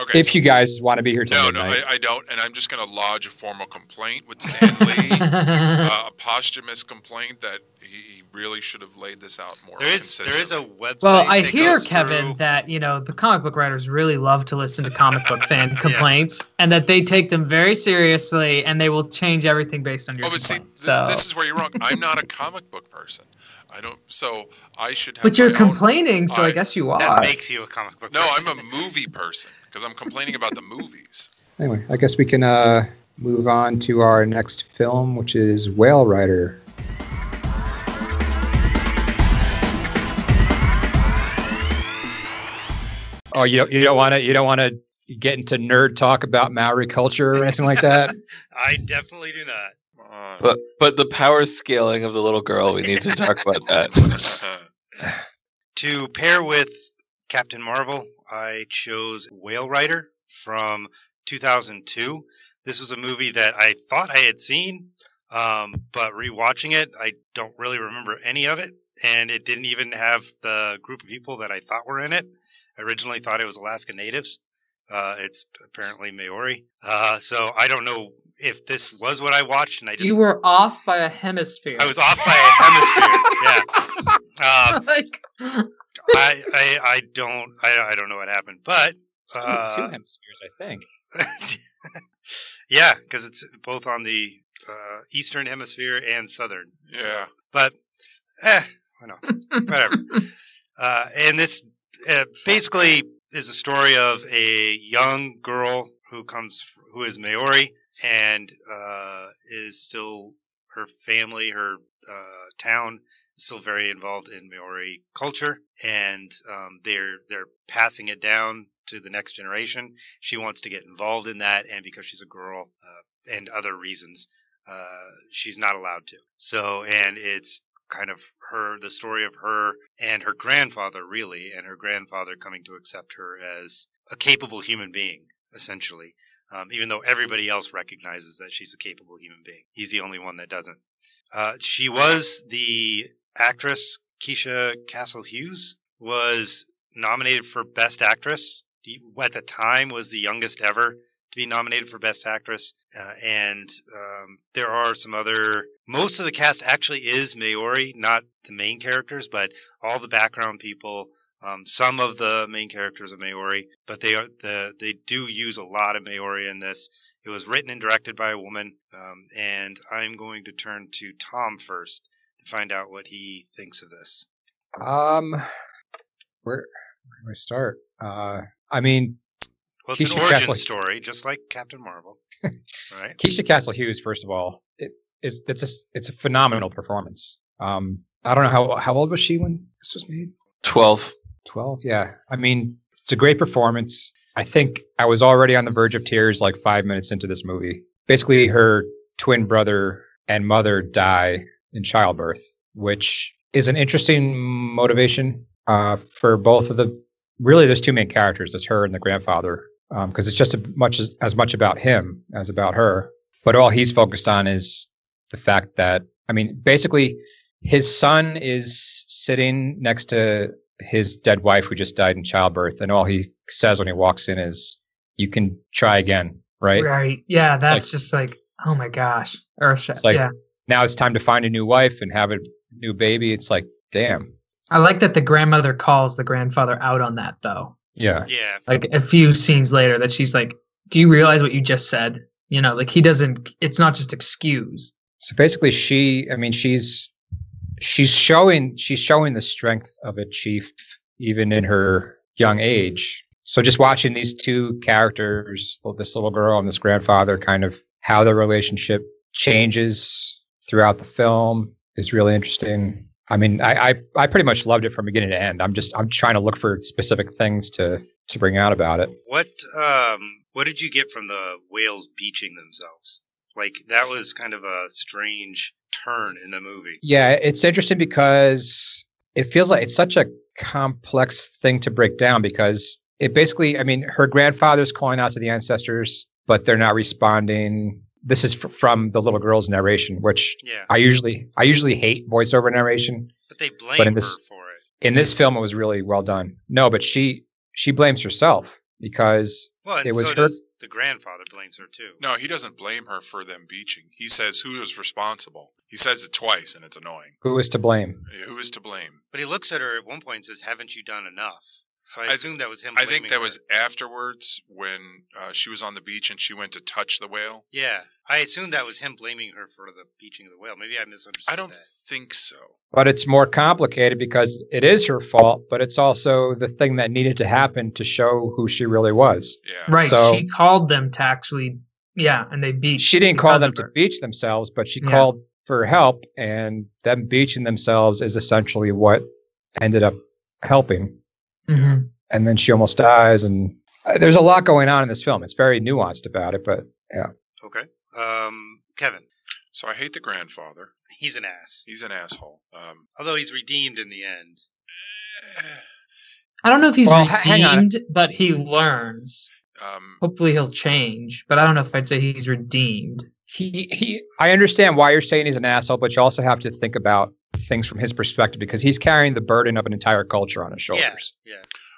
Speaker 5: okay.
Speaker 2: if
Speaker 5: so-
Speaker 2: you guys want to be here tonight,
Speaker 5: no, no, I, I don't, and I'm just going to lodge a formal complaint with Stan Lee, uh, a posthumous complaint that he he really should have laid this out more.
Speaker 3: There is there is a
Speaker 5: consistently.
Speaker 3: website.
Speaker 1: Well, I
Speaker 3: that
Speaker 1: hear
Speaker 3: goes
Speaker 1: Kevin
Speaker 3: through-
Speaker 1: that you know the comic book writers really love to listen to comic book fan complaints, and that they take them very seriously, and they will change everything based on your
Speaker 5: Oh, but see,
Speaker 1: complaint.
Speaker 5: th-
Speaker 1: so,
Speaker 5: this is where you're wrong. I'm not a comic book person. I don't. So I should have.
Speaker 1: but you're
Speaker 5: my own-
Speaker 1: complaining, so I,
Speaker 5: I-
Speaker 1: guess you
Speaker 3: that
Speaker 1: are.
Speaker 3: makes you a comic book.
Speaker 5: No, I'm
Speaker 3: person.
Speaker 5: a movie person because I'm complaining about the movies.
Speaker 2: Anyway, I guess we can uh, move on to our next film, which is Whale Rider. Oh, you don't, you don't want to you don't want to get into nerd talk about Maori culture or anything like that.
Speaker 3: I definitely do not.
Speaker 5: Come on.
Speaker 4: But but the power scaling of the little girl, we need to talk about that.
Speaker 3: To pair with Captain Marvel, I chose Whale Rider from 2002. This was a movie that I thought I had seen, um, but rewatching it, I don't really remember any of it, and it didn't even have the group of people that I thought were in it. I originally thought it was Alaska Natives. Uh, it's apparently Maori. Uh, so I don't know if this was what I watched, and I just
Speaker 1: you were off by a hemisphere.
Speaker 3: I was off by a hemisphere. Yeah. Um,
Speaker 1: like
Speaker 3: I, I I don't I, I don't know what happened, but Uh,
Speaker 2: two hemispheres, I think.
Speaker 3: yeah, because it's both on the uh, eastern hemisphere and southern.
Speaker 5: yeah.
Speaker 3: But eh, I know whatever. Uh, and this uh, basically is a story of a young girl who comes who is Maori and uh, is still her family, her uh, town is still very involved in Maori culture, and um, they're they're passing it down to the next generation. She wants to get involved in that, and because she's a girl uh, and other reasons, uh, she's not allowed to. So, and it's kind of her the story of her and her grandfather really and her grandfather coming to accept her as a capable human being essentially um, even though everybody else recognizes that she's a capable human being he's the only one that doesn't uh, she was the actress keisha castle hughes was nominated for best actress at the time was the youngest ever to be nominated for Best Actress. Uh, and um, there are some other. Most of the cast actually is Maori, not the main characters, but all the background people. Um, some of the main characters are Maori, but they are the they do use a lot of Maori in this. It was written and directed by a woman, um, and I'm going to turn to Tom first to find out what he thinks of this.
Speaker 2: Um, where where do I start? Uh, I mean,
Speaker 3: Well, it's
Speaker 2: Keisha
Speaker 3: an origin
Speaker 2: Castle-
Speaker 3: story, just like Captain Marvel, right?
Speaker 2: Keisha Castle Hughes, first of all, it is that's a it's a phenomenal performance. Um, I don't know how how old was she when this was made?
Speaker 4: Twelve.
Speaker 2: Twelve? Yeah. I mean, it's a great performance. I think I was already on the verge of tears like five minutes into this movie. Basically, her twin brother and mother die in childbirth, which is an interesting motivation uh, for both of the. Really, there's two main characters. There's her and the grandfather, because it's just as much as, as much about him as about her. But all he's focused on is the fact that I mean, basically, his son is sitting next to his dead wife who just died in childbirth, and all he says when he walks in is, "You can try again." Right?
Speaker 1: right. Yeah,
Speaker 2: It's like-
Speaker 1: that's just like oh my gosh, Earth.
Speaker 2: It's like-
Speaker 1: yeah,
Speaker 2: now it's time to find a new wife and have a new baby. It's like, damn.
Speaker 1: I like that the grandmother calls the grandfather out on that though.
Speaker 2: Yeah.
Speaker 3: Yeah,
Speaker 1: like a few scenes later that she's like, "Do you realize what you just said?" You know, like he doesn't. It's not just excused.
Speaker 2: So basically she I mean she's she's showing she's showing the strength of a chief even in her young age. So just watching these two characters, this little girl and this grandfather, kind of how their relationship changes throughout the film is really interesting. I mean, I, I, I pretty much loved it from beginning to end. I'm just I'm trying to look for specific things to to bring out about it.
Speaker 3: What um what did you get from the whales beaching themselves? Like that was kind of a strange turn in the movie.
Speaker 2: Yeah, it's interesting because it feels like it's such a complex thing to break down because it basically, I mean, her grandfather's calling out to the ancestors, but they're not responding. This is f- from the little girl's narration, which
Speaker 3: Yeah,
Speaker 2: I usually I usually hate voiceover narration.
Speaker 3: but they blame
Speaker 2: but in
Speaker 3: her
Speaker 2: this-
Speaker 3: for it.
Speaker 2: In this film, it was really well done. No, but she she blames herself because
Speaker 3: Well, and
Speaker 2: it was
Speaker 3: so
Speaker 2: her-
Speaker 3: does the grandfather blames her too.
Speaker 5: No, he doesn't blame her for them beaching. He says who is responsible. He says it twice, and it's annoying.
Speaker 2: who is to blame?
Speaker 5: Who is to blame?
Speaker 3: But he looks at her at one point and says, "Haven't you done enough?" So I,
Speaker 5: I th-
Speaker 3: assume that was him.
Speaker 5: I
Speaker 3: blaming
Speaker 5: think that
Speaker 3: her.
Speaker 5: was afterwards when uh, she was on the beach and she went to touch the whale.
Speaker 3: Yeah, I assume that was him blaming her for the beaching of the whale. Maybe I misunderstood.
Speaker 5: I don't
Speaker 3: that.
Speaker 5: think so.
Speaker 2: But it's more complicated because it is her fault, but it's also the thing that needed to happen to show who she really was.
Speaker 5: Yeah.
Speaker 1: Right.
Speaker 2: So-
Speaker 1: she called them to actually, yeah, and they beat.
Speaker 2: She didn't call
Speaker 1: because
Speaker 2: them
Speaker 1: of
Speaker 2: to
Speaker 1: her.
Speaker 2: beach themselves, but she
Speaker 1: Yeah.
Speaker 2: called for help, and them beaching themselves is essentially what ended up helping.
Speaker 1: Mhm.
Speaker 2: And then she almost dies, and uh, there's a lot going on in this film. It's very nuanced about it, but
Speaker 3: Okay, um, Kevin,
Speaker 5: So I hate the grandfather.
Speaker 3: he's an ass.
Speaker 5: He's an asshole. Um,
Speaker 3: Although he's redeemed in the end.
Speaker 1: I don't know if he's
Speaker 2: Well, ha- hang on.
Speaker 1: redeemed, but he learns.
Speaker 5: um,
Speaker 1: Hopefully, he'll change. But I don't know if I'd say he's redeemed.
Speaker 2: he, he I understand why you're saying he's an asshole, but you also have to think about things from his perspective because he's carrying the burden of an entire culture on his shoulders.
Speaker 3: Yeah,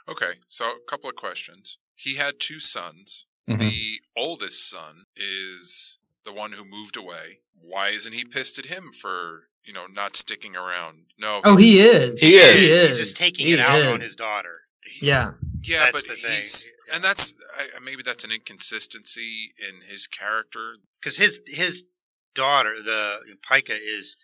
Speaker 5: okay. So a couple of questions. He had two sons.
Speaker 2: Mhm.
Speaker 1: Mm-hmm.
Speaker 3: Mm-hmm.
Speaker 5: The oldest son is the one who moved away. Why isn't he pissed at him for you know not sticking around? No.
Speaker 1: Oh, he is.
Speaker 4: He is.
Speaker 1: He is.
Speaker 3: He's just taking
Speaker 1: He
Speaker 3: it out on
Speaker 1: is.
Speaker 3: his daughter.
Speaker 5: he-
Speaker 1: Yeah.
Speaker 5: Yeah,
Speaker 3: That's
Speaker 5: but
Speaker 3: the thing.
Speaker 5: he's and that's I, maybe that's an inconsistency in his character.
Speaker 3: because his his daughter, the Pika, is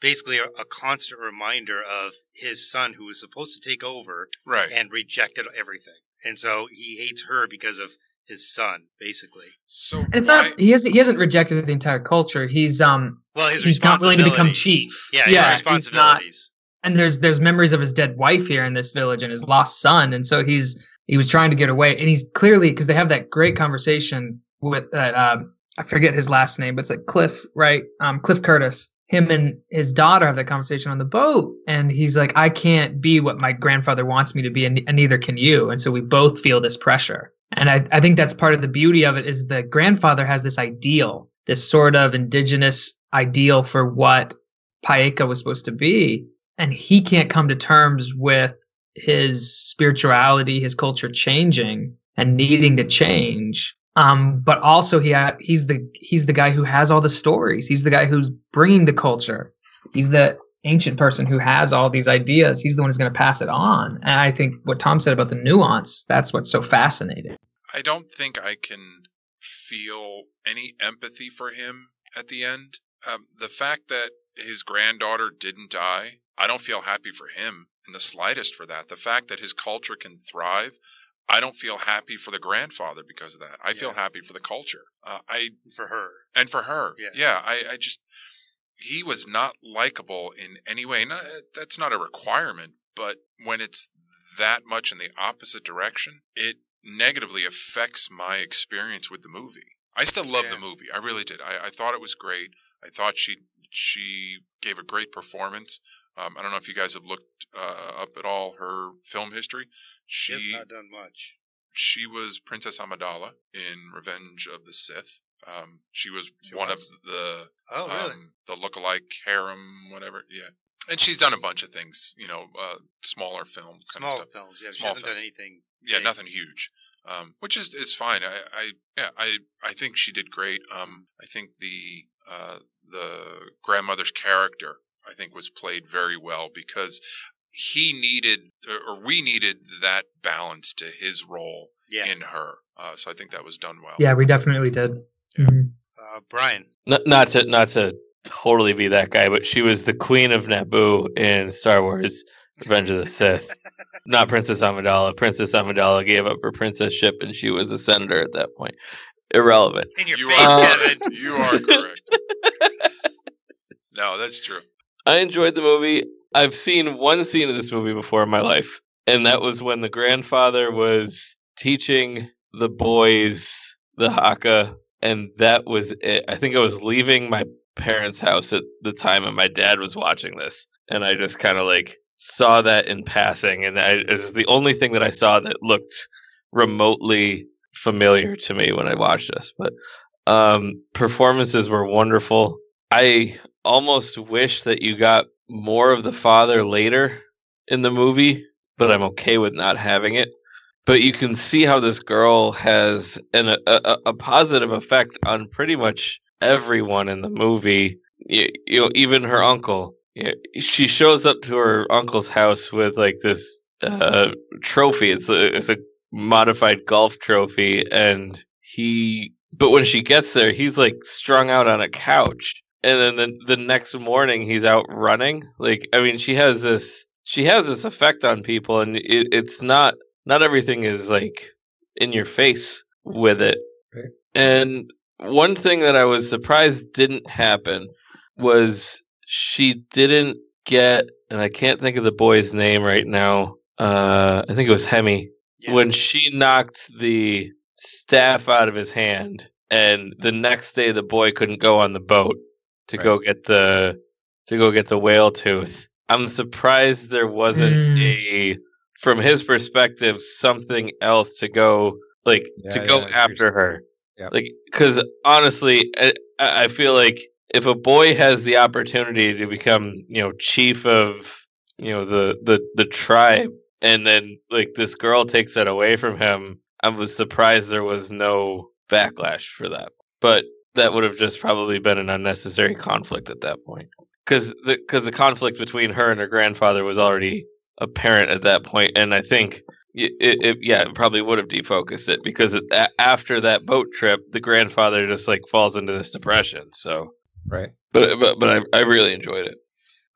Speaker 3: basically a, a constant reminder of his son who was supposed to take over
Speaker 5: Right.
Speaker 3: and rejected everything, and so he hates her because of his son, basically.
Speaker 5: so
Speaker 1: And it's
Speaker 5: why,
Speaker 1: not. He hasn't. He hasn't rejected the entire culture. He's um.
Speaker 3: Well, his
Speaker 1: He's not willing to become
Speaker 3: responsibilities.
Speaker 1: chief.
Speaker 3: Yeah,
Speaker 1: Yeah,
Speaker 3: his
Speaker 1: he's not-
Speaker 3: responsibilities.
Speaker 1: And there's there's memories of his dead wife here in this village and his lost son, and so he's he was trying to get away, and he's clearly because they have that great conversation with that um I forget his last name, but it's like Cliff, right? Um, Cliff Curtis. Him and his daughter have that conversation on the boat, and he's like, "I can't be what my grandfather wants me to be, and, and neither can you." And so we both feel this pressure, and I, I think that's part of the beauty of it is the grandfather has this ideal, this sort of indigenous ideal for what Paeka was supposed to be, and he can't come to terms with his spirituality, his culture changing and needing to change. Um, but also he ha- he's the he's the guy who has all the stories. He's the guy who's bringing the culture. He's the ancient person who has all these ideas. He's the one who's going to pass it on. And I think what Tom said about the nuance that's what's so fascinating.
Speaker 5: I don't think I can feel any empathy for him at the end. Um, the fact that his granddaughter didn't die, I don't feel happy for him in the slightest for that. The fact that his culture can thrive, I don't feel happy for the grandfather because of that. I feel
Speaker 3: Yeah.
Speaker 5: happy for the culture. Uh, I
Speaker 3: for her.
Speaker 5: and for her.
Speaker 3: Yeah.
Speaker 5: I, I just he was not likable in any way. Not, that's not a requirement, but when it's that much in the opposite direction, it negatively affects my experience with the movie. I still love
Speaker 3: Yeah.
Speaker 5: the movie. I really did. I, I thought it was great. I thought she she gave a great performance. Um, I don't know if you guys have looked uh, up at all her film history.
Speaker 3: She
Speaker 5: She
Speaker 3: has not done much.
Speaker 5: she was Princess Amidala in Revenge of the Sith. Um, she was
Speaker 3: She
Speaker 5: one
Speaker 3: was.
Speaker 5: of the
Speaker 3: Oh, really?
Speaker 5: um, the lookalike harem, whatever. Yeah, and she's done a bunch of things. You know, uh, smaller film, kind
Speaker 3: Small
Speaker 5: of stuff.
Speaker 3: films. Yeah, she
Speaker 5: Small
Speaker 3: hasn't
Speaker 5: film.
Speaker 3: done anything.
Speaker 5: Yeah,
Speaker 3: big.
Speaker 5: nothing huge. Um, which is is fine. I, I yeah, I I think she did great. Um, I think the uh, the grandmother's character I think was played very well because he needed or- or we needed that balance to his role
Speaker 3: Yeah,
Speaker 5: in her. Uh, so I think that was done well.
Speaker 1: Yeah, we definitely did.
Speaker 5: Yeah.
Speaker 1: Mhm.
Speaker 3: uh, Brian.
Speaker 4: N- not to not to totally be that guy, but she was the queen of Naboo in Star Wars, Revenge of the Sith. Not Princess Amidala. Princess Amidala gave up her princessship and she was a senator at that point. Irrelevant.
Speaker 3: In your
Speaker 5: you
Speaker 3: face,
Speaker 5: are
Speaker 3: Kevin.
Speaker 5: correct. You are correct. no, that's true.
Speaker 4: I enjoyed the movie. I've seen one scene of this movie before in my life, and that was when the grandfather was teaching the boys the haka, and that was it. I think I was leaving my parents' house at the time, and my dad was watching this, and I just kind of like saw that in passing, and I, it was the only thing that I saw that looked remotely familiar to me when I watched this. But um, performances were wonderful. I almost wish that you got more of the father later in the movie, but I'm okay with not having it. But you can see how this girl has an, a, a, a positive effect on pretty much everyone in the movie. You, you know, even her uncle. You know, She shows up to her uncle's house with like this uh, trophy. It's a, it's a modified golf trophy, and he. But when she gets there, he's like strung out on a couch and then the, the next morning he's out running like i mean she has this she has this effect on people and it, it's not not everything is like in your face with it
Speaker 2: Right.
Speaker 4: and one thing that i was surprised didn't happen was she didn't get and i can't think of the boy's name right now uh i think it was hemi
Speaker 3: Yeah.
Speaker 4: when she knocked the staff out of his hand and the next day the boy couldn't go on the boat to
Speaker 2: Right.
Speaker 4: go get the to go get the whale tooth i'm surprised there wasn't
Speaker 1: Mm.
Speaker 4: a from his perspective something else to go like
Speaker 2: Yeah,
Speaker 4: to
Speaker 2: yeah, I
Speaker 4: go
Speaker 2: see what you're
Speaker 4: after her
Speaker 2: Yeah.
Speaker 4: like because honestly I, I I feel like if a boy has the opportunity to become you know chief of you know the the the tribe and then like this girl takes that away from him i was surprised there was no backlash for that but that would have just probably been an unnecessary conflict at that point because the, 'cause the conflict between her and her grandfather was already apparent at that point and i think y- it, it, yeah it probably would have defocused it because it, a- after that boat trip the grandfather just like falls into this depression so
Speaker 2: Right.
Speaker 4: but but, but I, I really enjoyed it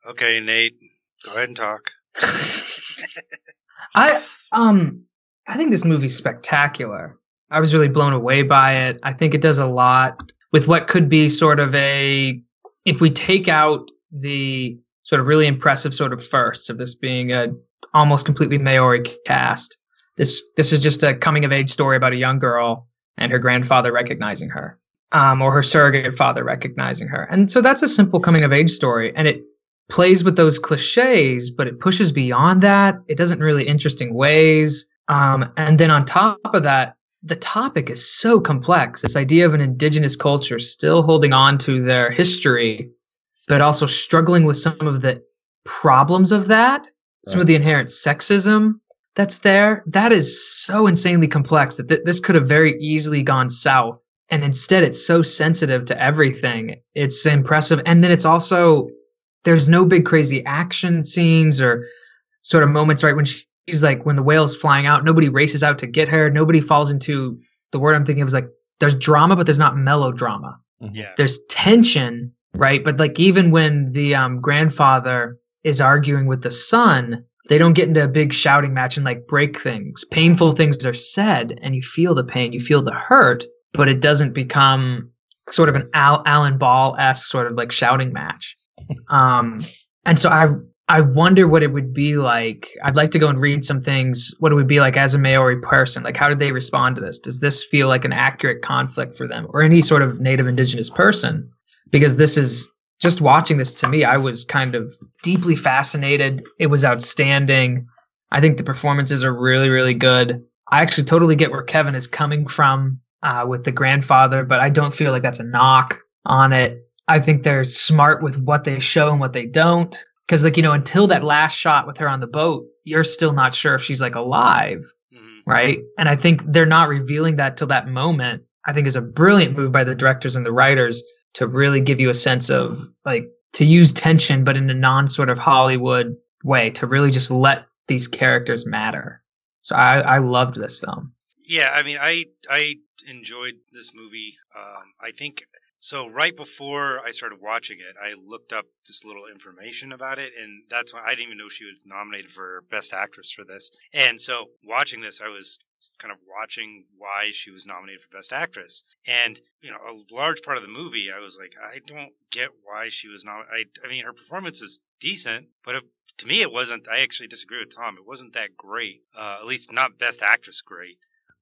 Speaker 3: Okay, Nate, go ahead and talk.
Speaker 1: I um I think this movie's spectacular. I was really blown away by it. I think it does a lot with what could be sort of a if we take out the sort of really impressive sort of firsts of this being a almost completely Maori cast. This this is just a coming of age story about a young girl and her grandfather recognizing her. Um, or her surrogate father recognizing her. And so that's a simple coming of age story. And it plays with those cliches, but it pushes beyond that. It does it in really interesting ways. Um, and then on top of that, the topic is so complex. This idea of an indigenous culture still holding on to their history, but also struggling with some of the problems of that, some of the inherent sexism that's there. That is so insanely complex that th- this could have very easily gone south. And instead, it's so sensitive to everything. It's impressive. And then it's also there's no big crazy action scenes or sort of moments right when she- she's like when the whale's flying out nobody races out to get her nobody falls into the word i'm thinking of is like there's drama but there's not melodrama
Speaker 3: Yeah.
Speaker 1: there's tension right but like even when the um, grandfather is arguing with the son they don't get into a big shouting match and like break things painful things are said and you feel the pain you feel the hurt but it doesn't become sort of an Al- alan ball-esque sort of like shouting match um and so i i wonder what it would be like i'd like to go and read some things what it would be like as a maori person like how did they respond to this does this feel like an accurate conflict for them or any sort of native indigenous person because this is just watching this to me i was kind of deeply fascinated it was outstanding i think the performances are really really good i actually totally get where kevin is coming from uh, with the grandfather but i don't feel like that's a knock on it I think they're smart with what they show and what they don't. Because, like, you know, until that last shot with her on the boat, you're still not sure if she's like alive,
Speaker 3: Mhm.
Speaker 1: right? And I think they're not revealing that till that moment. I think is a brilliant move by the directors and the writers to really give you a sense of like to use tension, but in a non sort of Hollywood way to really just let these characters matter. So I, I loved this film.
Speaker 3: Yeah, I mean, I I enjoyed this movie. Um, I think So right before I started watching it, I looked up this little information about it, and that's when I didn't even know she was nominated for Best Actress for this. And so watching this, I was kind of watching why she was nominated for Best Actress, and you know, a large part of the movie, I was like, I don't get why she was not. I, I mean, her performance is decent, but it, to me, it wasn't. I actually disagree with Tom. It wasn't that great. Uh, at least not Best Actress great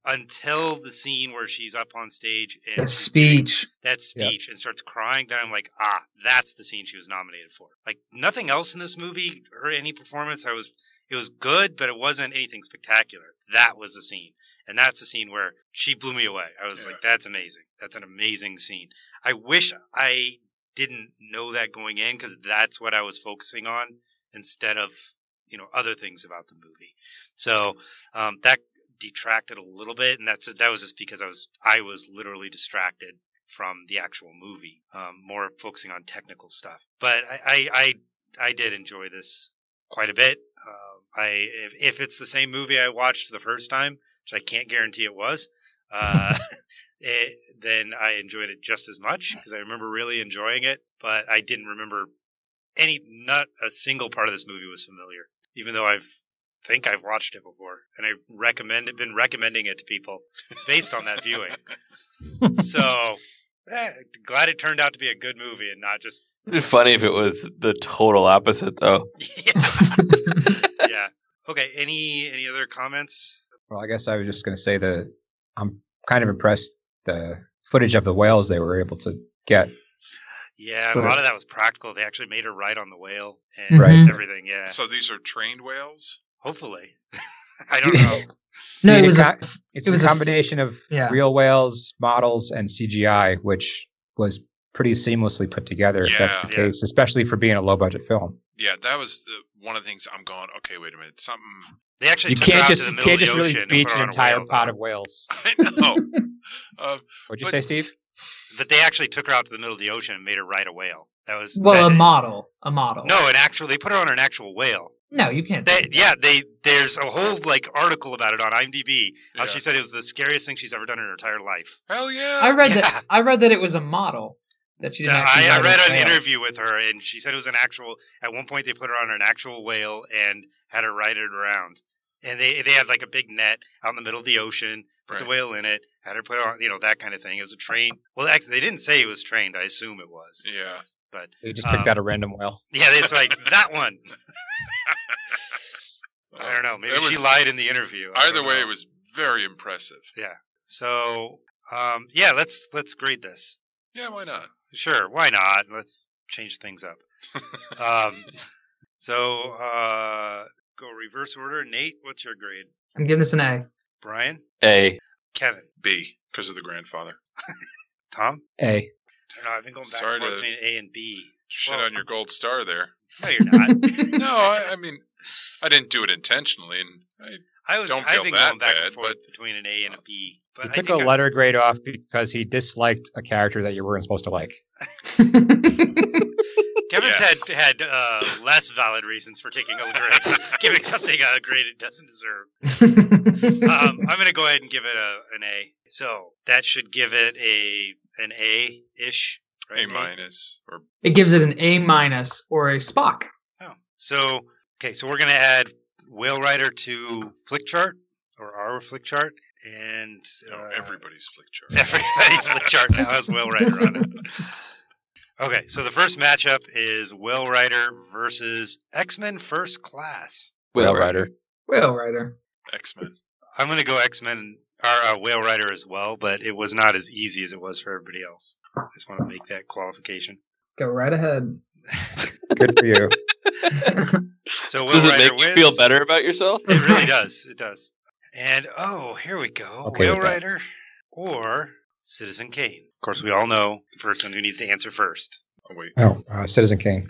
Speaker 3: until the scene where she's up on stage and
Speaker 1: The
Speaker 3: she's giving
Speaker 1: speech.
Speaker 3: that speech and starts crying, then I'm like, ah, that's the scene she was nominated for. Like nothing else in this movie or any performance, I was it was good, but it wasn't anything spectacular. That was the scene. And that's the scene where she blew me away. I was
Speaker 5: Yeah.
Speaker 3: like, that's amazing. That's an amazing scene. I wish I didn't know that going in because that's what I was focusing on instead of, you know, other things about the movie. So um, that detracted a little bit. And that's just, that was just because I was, I was literally distracted from the actual movie, um, more focusing on technical stuff. But I, I, I, I did enjoy this quite a bit. Uh, I if, if it's the same movie I watched the first time, which I can't guarantee it was, uh, it, then I enjoyed it just as much because I remember really enjoying it. But I didn't remember any, not a single part of this movie was familiar, even though I've think I've watched it before, and I recommend been recommending it to people based on that viewing so eh, glad it turned out to be a good movie and not just
Speaker 4: It'd be funny if it was the total opposite, though.
Speaker 3: yeah. yeah. Okay. Any any other comments?
Speaker 2: Well, I guess I was just going to say that I'm kind of impressed the footage of the whales they were able to get.
Speaker 3: Yeah, a lot of that was practical. They actually made her ride on the whale and
Speaker 1: Right.
Speaker 3: everything. Yeah.
Speaker 5: So these are trained whales.
Speaker 3: Hopefully. I don't know.
Speaker 1: No,
Speaker 2: Yeah,
Speaker 1: it was
Speaker 2: it
Speaker 1: a,
Speaker 2: It's
Speaker 1: It was a
Speaker 2: a
Speaker 1: f-
Speaker 2: combination of
Speaker 1: yeah.
Speaker 2: real whales, models, and CGI, which was pretty seamlessly put together. if that's the
Speaker 3: Yeah. Yeah.
Speaker 2: case, especially for being a low budget film.
Speaker 5: Yeah, that was the, one of the things I'm going. Okay, wait a minute. Something
Speaker 3: They actually
Speaker 2: You
Speaker 3: took her
Speaker 2: can't
Speaker 3: out
Speaker 2: just
Speaker 3: to
Speaker 2: you
Speaker 3: the middle
Speaker 2: can't
Speaker 3: of the
Speaker 2: just really
Speaker 3: ocean and
Speaker 2: beach
Speaker 3: put her
Speaker 2: an
Speaker 3: on a
Speaker 2: entire
Speaker 3: whale,
Speaker 2: pot
Speaker 3: though.
Speaker 2: of whales.
Speaker 5: I know. um,
Speaker 2: What'd you
Speaker 5: But-
Speaker 2: say, Steve?
Speaker 3: But they actually took her out to the middle of the ocean and made her ride a whale. That was
Speaker 1: well, a
Speaker 3: that-
Speaker 1: model, a model.
Speaker 3: No, an actual. They put her on an actual whale.
Speaker 1: no, you can't.
Speaker 3: They, yeah, they there's a whole like article about it on IMDb. How
Speaker 5: Yeah.
Speaker 3: she said it was the scariest thing she's ever done in her entire life.
Speaker 5: hell yeah.
Speaker 1: I read
Speaker 3: Yeah.
Speaker 1: that. I read that it was a model that she didn't.
Speaker 3: Yeah,
Speaker 1: actually
Speaker 3: I, I
Speaker 1: ride
Speaker 3: read
Speaker 1: a
Speaker 3: an
Speaker 1: whale.
Speaker 3: interview with her, and she said it was an actual. At one point, they put her on an actual whale and had her ride it around. And they they had like a big net out in the middle of the ocean, put
Speaker 5: Right.
Speaker 3: the whale in it, had her put her on, you know, that kind of thing. It was a train. Well, actually, they didn't say it was trained. I assume it was.
Speaker 5: Yeah.
Speaker 2: They just picked
Speaker 3: Um,
Speaker 2: out a random whale.
Speaker 3: Yeah, it's like that one. I don't know. Maybe
Speaker 5: That
Speaker 3: she
Speaker 5: was-
Speaker 3: lied in the interview. I
Speaker 5: Either
Speaker 3: don't
Speaker 5: way,
Speaker 3: know.
Speaker 5: it was very impressive.
Speaker 3: So, um, yeah, let's let's grade this.
Speaker 5: Yeah, why not?
Speaker 3: Sure, why not? Let's change things up. um, so uh, go reverse order. Nate, what's your grade?
Speaker 1: I'm giving this an A.
Speaker 3: Brian,
Speaker 4: A.
Speaker 3: Kevin,
Speaker 5: B because of the grandfather.
Speaker 3: Tom.
Speaker 2: A.
Speaker 3: I don't know. I've been going back
Speaker 5: Sorry
Speaker 3: and forth
Speaker 5: to-
Speaker 3: between A and B.
Speaker 5: Shit
Speaker 3: Well-
Speaker 5: on your gold star there.
Speaker 3: No, you're not.
Speaker 5: No, I, I mean, I didn't do it intentionally, and I,
Speaker 3: I was.
Speaker 5: Don't
Speaker 3: I've
Speaker 5: feel
Speaker 3: been
Speaker 5: that
Speaker 3: going back
Speaker 5: bad,
Speaker 3: and forth
Speaker 5: but-
Speaker 3: between an A and a B. But
Speaker 2: He
Speaker 3: I
Speaker 2: took a
Speaker 3: think I-
Speaker 2: letter grade off because he disliked a character that you weren't supposed to like.
Speaker 3: Kevin's
Speaker 5: Yes.
Speaker 3: had had uh, less valid reasons for taking a grade, giving something a grade it doesn't deserve. um, I'm going to go ahead and give it a, an A. So that should give it a an A ish.
Speaker 5: A minus or
Speaker 1: it gives it an A minus or a Spock.
Speaker 3: Oh. So okay, so we're going to add Whale Rider to Flick Chart or our Flick Chart, and
Speaker 5: you know,
Speaker 3: uh,
Speaker 5: everybody's flick chart.
Speaker 3: everybody's Flick Chart now has Whale Rider on it. Okay, so the first matchup is Whale Rider versus X Men First Class.
Speaker 4: Whale
Speaker 2: Whale
Speaker 4: Rider.
Speaker 1: Whale Rider.
Speaker 5: X Men.
Speaker 3: I'm going to go X Men or uh, Whale Rider as well, but it was not as easy as it was for everybody else. I just want to make that qualification.
Speaker 1: Go right ahead.
Speaker 2: Good for you.
Speaker 3: So Whale
Speaker 4: Does it
Speaker 3: Rider
Speaker 4: make
Speaker 3: wins.
Speaker 4: you feel better about yourself?
Speaker 3: It really does. It does. And oh, here we go.
Speaker 2: Okay
Speaker 3: Whale
Speaker 2: with that.
Speaker 3: Rider or Citizen Kane. Of course, we all know the person who needs to answer first.
Speaker 5: Oh wait,
Speaker 2: Oh, uh, Citizen Kane.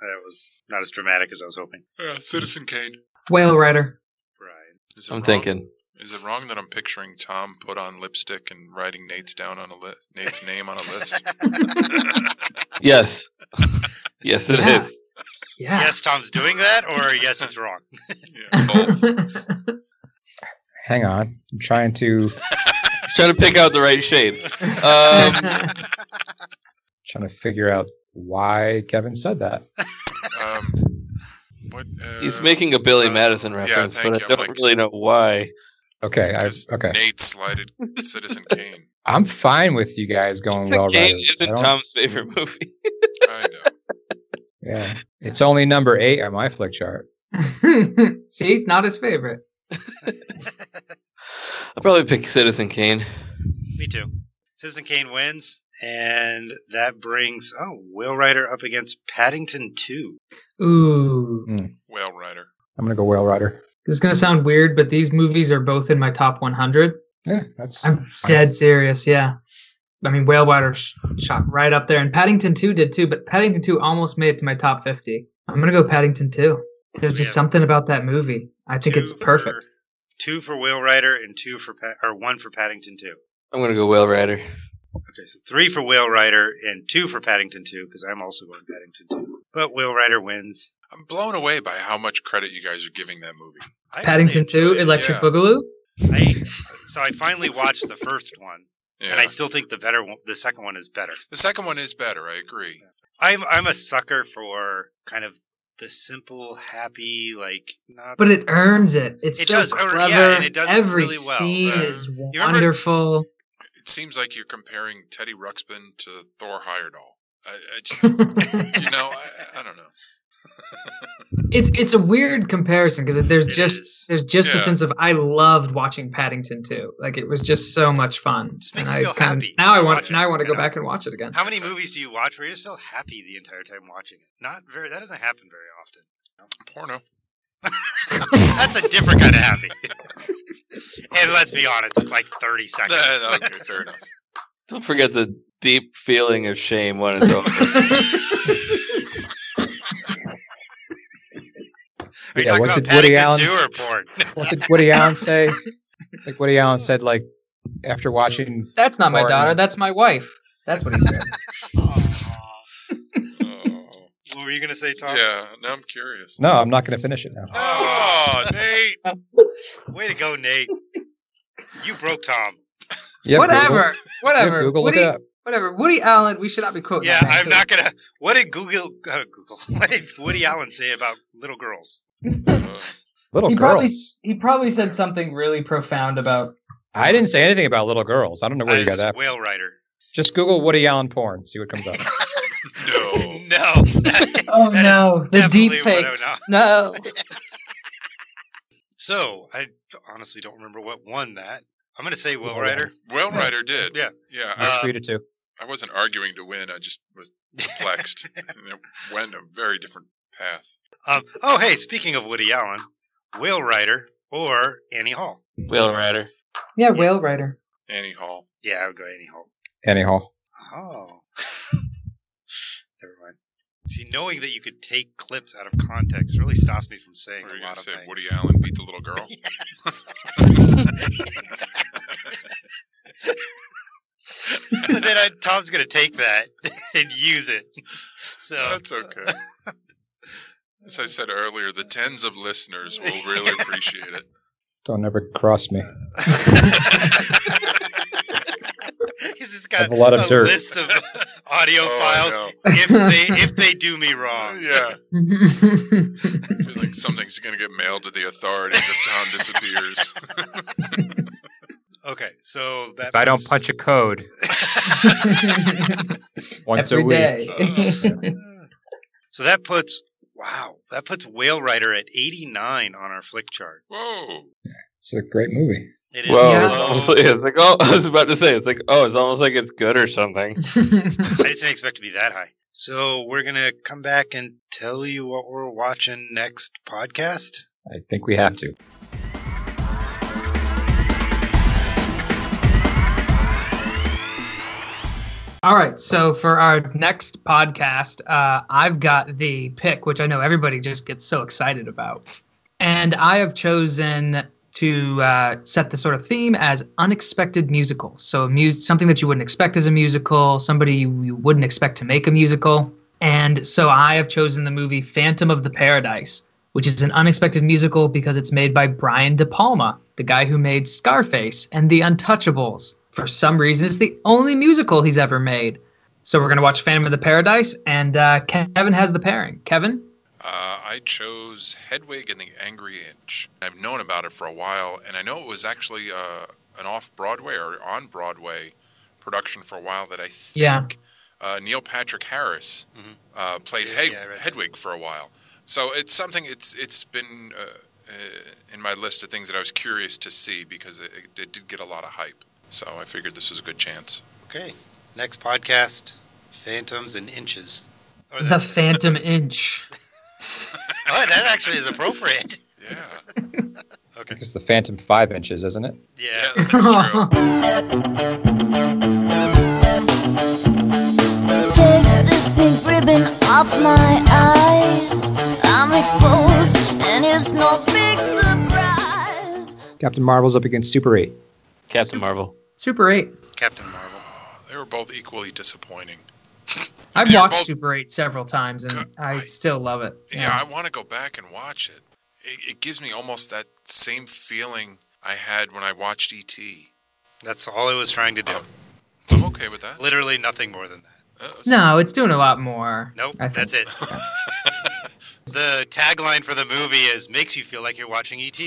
Speaker 3: That was not as dramatic as I was hoping.
Speaker 5: uh, Citizen Kane.
Speaker 1: Whale Rider.
Speaker 3: Brian.
Speaker 5: Is it
Speaker 4: I'm
Speaker 5: wrong-
Speaker 4: thinking.
Speaker 5: Is it wrong that I'm picturing Tom put on lipstick and writing Nate's down on a list? Nate's name on a list.
Speaker 4: Yes. yes, it is.
Speaker 1: Yeah. Yeah.
Speaker 3: Yes, Tom's doing that, or yes, it's wrong.
Speaker 5: yeah, both.
Speaker 2: Hang on. I'm trying to.
Speaker 4: Um, Just trying to pick out the right shade. Um,
Speaker 2: trying to figure out why Kevin said that.
Speaker 5: Um, what, uh,
Speaker 4: He's making a Billy
Speaker 5: uh,
Speaker 4: Madison
Speaker 5: yeah,
Speaker 4: reference,
Speaker 5: thank
Speaker 4: but I
Speaker 5: you. I'm
Speaker 4: don't
Speaker 5: like-
Speaker 4: really know why.
Speaker 2: Okay, I,
Speaker 5: because
Speaker 2: okay.
Speaker 5: Nate slighted Citizen Kane.
Speaker 2: I'm fine with you guys going well
Speaker 4: Kane
Speaker 2: right.
Speaker 4: isn't Tom's favorite movie.
Speaker 5: I know.
Speaker 2: Yeah, it's only number eight on my flick chart.
Speaker 1: See, not his favorite.
Speaker 4: I'll probably pick Citizen Kane.
Speaker 3: Me too. Citizen Kane wins, and that brings oh Will Rider up against Paddington Two.
Speaker 1: Ooh,
Speaker 5: Whale Rider.
Speaker 2: I'm gonna go Whale Rider.
Speaker 1: this is gonna sound weird, but these movies are both in my top 100.
Speaker 2: Yeah, that's
Speaker 1: I'm dead serious. Yeah, I mean, Whale Rider sh- shot right up there, and Paddington 2 did too. But Paddington 2 almost made it to my top 50. I'm gonna go Paddington 2. There's just
Speaker 3: Yeah.
Speaker 1: something about that movie. I think
Speaker 3: Two
Speaker 1: it's
Speaker 3: for-
Speaker 1: perfect.
Speaker 3: two for Whale Rider and two for pa- or one for Paddington Two.
Speaker 4: I'm gonna go Whale Rider.
Speaker 3: Okay, so three for Whale Rider and two for Paddington Two because I'm also going Paddington Two. But Whale Rider wins.
Speaker 5: I'm blown away by how much credit you guys are giving that movie.
Speaker 3: I really
Speaker 1: Paddington 2,
Speaker 3: enjoyed it.
Speaker 1: Electric
Speaker 5: yeah.
Speaker 1: Boogaloo.
Speaker 3: I, so I finally watched the first one,
Speaker 5: Yeah.
Speaker 3: and I still think the better one, the second one is better.
Speaker 5: the second one is better. I agree.
Speaker 3: I'm I'm a sucker for kind of the simple, happy, like not.
Speaker 1: But it earns it. It's
Speaker 3: It
Speaker 1: so
Speaker 3: does earn-
Speaker 1: clever.
Speaker 3: yeah, and it does it
Speaker 1: Every
Speaker 3: really well.
Speaker 1: scene
Speaker 5: Uh,
Speaker 1: is
Speaker 3: remember-
Speaker 1: wonderful.
Speaker 5: It seems like you're comparing Teddy Ruxpin to Thor Heyerdahl. I, I just, you know, I, I don't know.
Speaker 1: it's it's a weird comparison because there's
Speaker 3: It
Speaker 1: just
Speaker 3: is.
Speaker 1: there's just a
Speaker 5: Yeah.
Speaker 1: sense of I loved watching Paddington too. Like it was just so much fun.
Speaker 3: Just makes
Speaker 1: And
Speaker 3: you
Speaker 1: I
Speaker 3: feel
Speaker 1: kinda-
Speaker 3: happy
Speaker 1: Now I
Speaker 3: to
Speaker 1: want
Speaker 3: watch
Speaker 1: now I
Speaker 3: it,
Speaker 1: want to
Speaker 3: you
Speaker 1: go
Speaker 3: know?
Speaker 1: back and watch it again.
Speaker 3: How many movies do you watch where you just feel happy the entire time watching it? Not very. That doesn't happen very often.
Speaker 5: Porno.
Speaker 3: That's a different kind of happy. and let's be honest, it's like thirty seconds.
Speaker 5: Uh, okay, fair enough.
Speaker 4: Don't forget the deep feeling of shame when it's over.
Speaker 3: Are you
Speaker 2: Yeah,
Speaker 3: talking
Speaker 2: what
Speaker 3: about
Speaker 2: did Woody
Speaker 3: Paddington
Speaker 2: Allen-
Speaker 3: Two or porn?
Speaker 2: what did Woody Allen say? Like Woody Allen said, like after watching
Speaker 1: That's not my
Speaker 2: Or-
Speaker 1: daughter. That's my wife. That's what he said.
Speaker 5: Oh.
Speaker 3: what were you gonna say, Tom?
Speaker 5: Yeah, now I'm curious.
Speaker 2: No, I'm not going to finish it now.
Speaker 5: Oh, Nate.
Speaker 3: Way to go, Nate. You broke Tom.
Speaker 2: Yeah,
Speaker 1: whatever, whatever.
Speaker 2: Google look
Speaker 1: Woody,
Speaker 2: it up.
Speaker 1: whatever. Woody Allen. We should not be
Speaker 2: Oh,
Speaker 1: quoting.
Speaker 3: Yeah,
Speaker 1: that man,
Speaker 3: I'm
Speaker 1: too.
Speaker 3: not gonna. What did Google? Uh, Google. What did Woody Allen say about little girls?
Speaker 5: Uh,
Speaker 2: Little
Speaker 1: He
Speaker 2: girls.
Speaker 1: probably s- he probably said something really profound about.
Speaker 2: I didn't say anything about little girls. I don't know where
Speaker 3: Uh,
Speaker 2: you
Speaker 3: this
Speaker 2: got
Speaker 3: is
Speaker 2: that.
Speaker 3: Whale Rider.
Speaker 2: Just Google Woody Allen porn. See what comes up.
Speaker 5: no.
Speaker 3: No.
Speaker 1: Oh
Speaker 3: That is
Speaker 1: no, the
Speaker 3: definitely
Speaker 1: deep
Speaker 3: what I
Speaker 1: fakes. No.
Speaker 3: so I honestly don't remember what won that. I'm gonna say Whale Rider.
Speaker 5: Whale Rider did.
Speaker 3: Yeah.
Speaker 5: Yeah. I,
Speaker 3: Uh,
Speaker 2: Three to two.
Speaker 5: I wasn't arguing to win. I just was perplexed. and it went a very different path.
Speaker 3: Um, oh, hey, speaking of Woody Allen, Whale Rider or Annie Hall?
Speaker 4: Whale Rider.
Speaker 1: Yeah, Whale Rider.
Speaker 5: Annie Hall.
Speaker 3: Yeah, I would go Annie Hall.
Speaker 2: Anyhow,
Speaker 3: Oh. Never mind. See, knowing that you could take clips out of context really stops me from saying
Speaker 5: What are
Speaker 3: a
Speaker 5: you
Speaker 3: lot of
Speaker 5: going to say?
Speaker 3: things.
Speaker 5: Woody Allen beat the little girl?
Speaker 3: and then I, Tom's going to take that and use it. So
Speaker 5: That's okay. As I said earlier, the tens of listeners will really appreciate it.
Speaker 2: don't ever cross me.
Speaker 3: because it's
Speaker 2: I
Speaker 3: got
Speaker 2: have a lot of dirt.
Speaker 3: list of audio
Speaker 5: Oh,
Speaker 3: files.
Speaker 5: no.
Speaker 3: If they if they do me wrong,
Speaker 5: Yeah, I feel like something's going to get mailed to the authorities if Tom disappears.
Speaker 3: Okay, so that
Speaker 2: If I don't
Speaker 3: puts-
Speaker 2: punch a code once
Speaker 1: Every
Speaker 2: a week,
Speaker 1: day.
Speaker 3: so that puts wow, that puts Whale Rider at 89 on our flick chart.
Speaker 5: Whoa.
Speaker 2: it's a great movie.
Speaker 3: It is
Speaker 4: Whoa,
Speaker 1: Yeah.
Speaker 4: it's, almost like, it's like oh, I was about to say it's like oh, it's almost like it's good or something.
Speaker 3: I just didn't expect to be that high. So we're gonna come back and tell you what we're watching next podcast.
Speaker 2: I think we have to.
Speaker 1: All right. So for our next podcast, uh, I've got the pick, which I know everybody just gets so excited about, and I have chosen to uh, set the sort of theme as unexpected musicals. So a mus- something that you wouldn't expect as a musical, somebody you, you wouldn't expect to make a musical, and so I have chosen the movie Phantom of the Paradise, which is an unexpected musical because it's made by Brian De Palma, the guy who made Scarface and The Untouchables. For some reason, it's the only musical he's ever made. So we're going to watch Phantom of the Paradise, and uh, Kevin has the pairing. Kevin?
Speaker 5: Uh, I chose Hedwig and the Angry Inch. I've known about it for a while, and I know it was actually uh, an off Broadway or on Broadway production for a while that I think
Speaker 1: Yeah.
Speaker 5: uh, Neil Patrick Harris
Speaker 3: Mhm.
Speaker 5: uh, played
Speaker 3: Yeah,
Speaker 5: Hed-
Speaker 3: yeah, I read that.
Speaker 5: Hedwig for a while. So it's something it's it's been uh, uh, in my list of things that I was curious to see because it, it, it did get a lot of hype. So I figured this was a good chance.
Speaker 3: Okay. Next podcast, Phantoms and Inches. Or
Speaker 1: The
Speaker 3: that,
Speaker 1: Phantom Inch.
Speaker 3: oh, that actually is appropriate.
Speaker 5: Yeah,
Speaker 3: Okay.
Speaker 2: It's the Phantom Five Inches, isn't it?
Speaker 3: Yeah.
Speaker 5: yeah, that's true.
Speaker 6: Take this pink ribbon off my eyes. I'm exposed, and it's no big surprise.
Speaker 2: Captain Marvel's up against Super Eight.
Speaker 4: Captain Marvel.
Speaker 1: Super 8.
Speaker 3: Captain Marvel.
Speaker 5: They were both equally disappointing.
Speaker 1: I've
Speaker 5: They're
Speaker 1: watched
Speaker 5: both-
Speaker 1: Super 8 several times, and
Speaker 5: Good.
Speaker 1: I still love it.
Speaker 5: Yeah, I want to go back and watch it. it. It gives me almost that same feeling I had when I watched E ET.
Speaker 3: That's all it was trying to do.
Speaker 5: I'm okay with that.
Speaker 3: Literally nothing more than that.
Speaker 5: Uh,
Speaker 1: No, it's doing a lot more.
Speaker 3: Nope,
Speaker 1: I think.
Speaker 3: that's it. E the tagline for the movie is "Makes you feel like you're watching ET."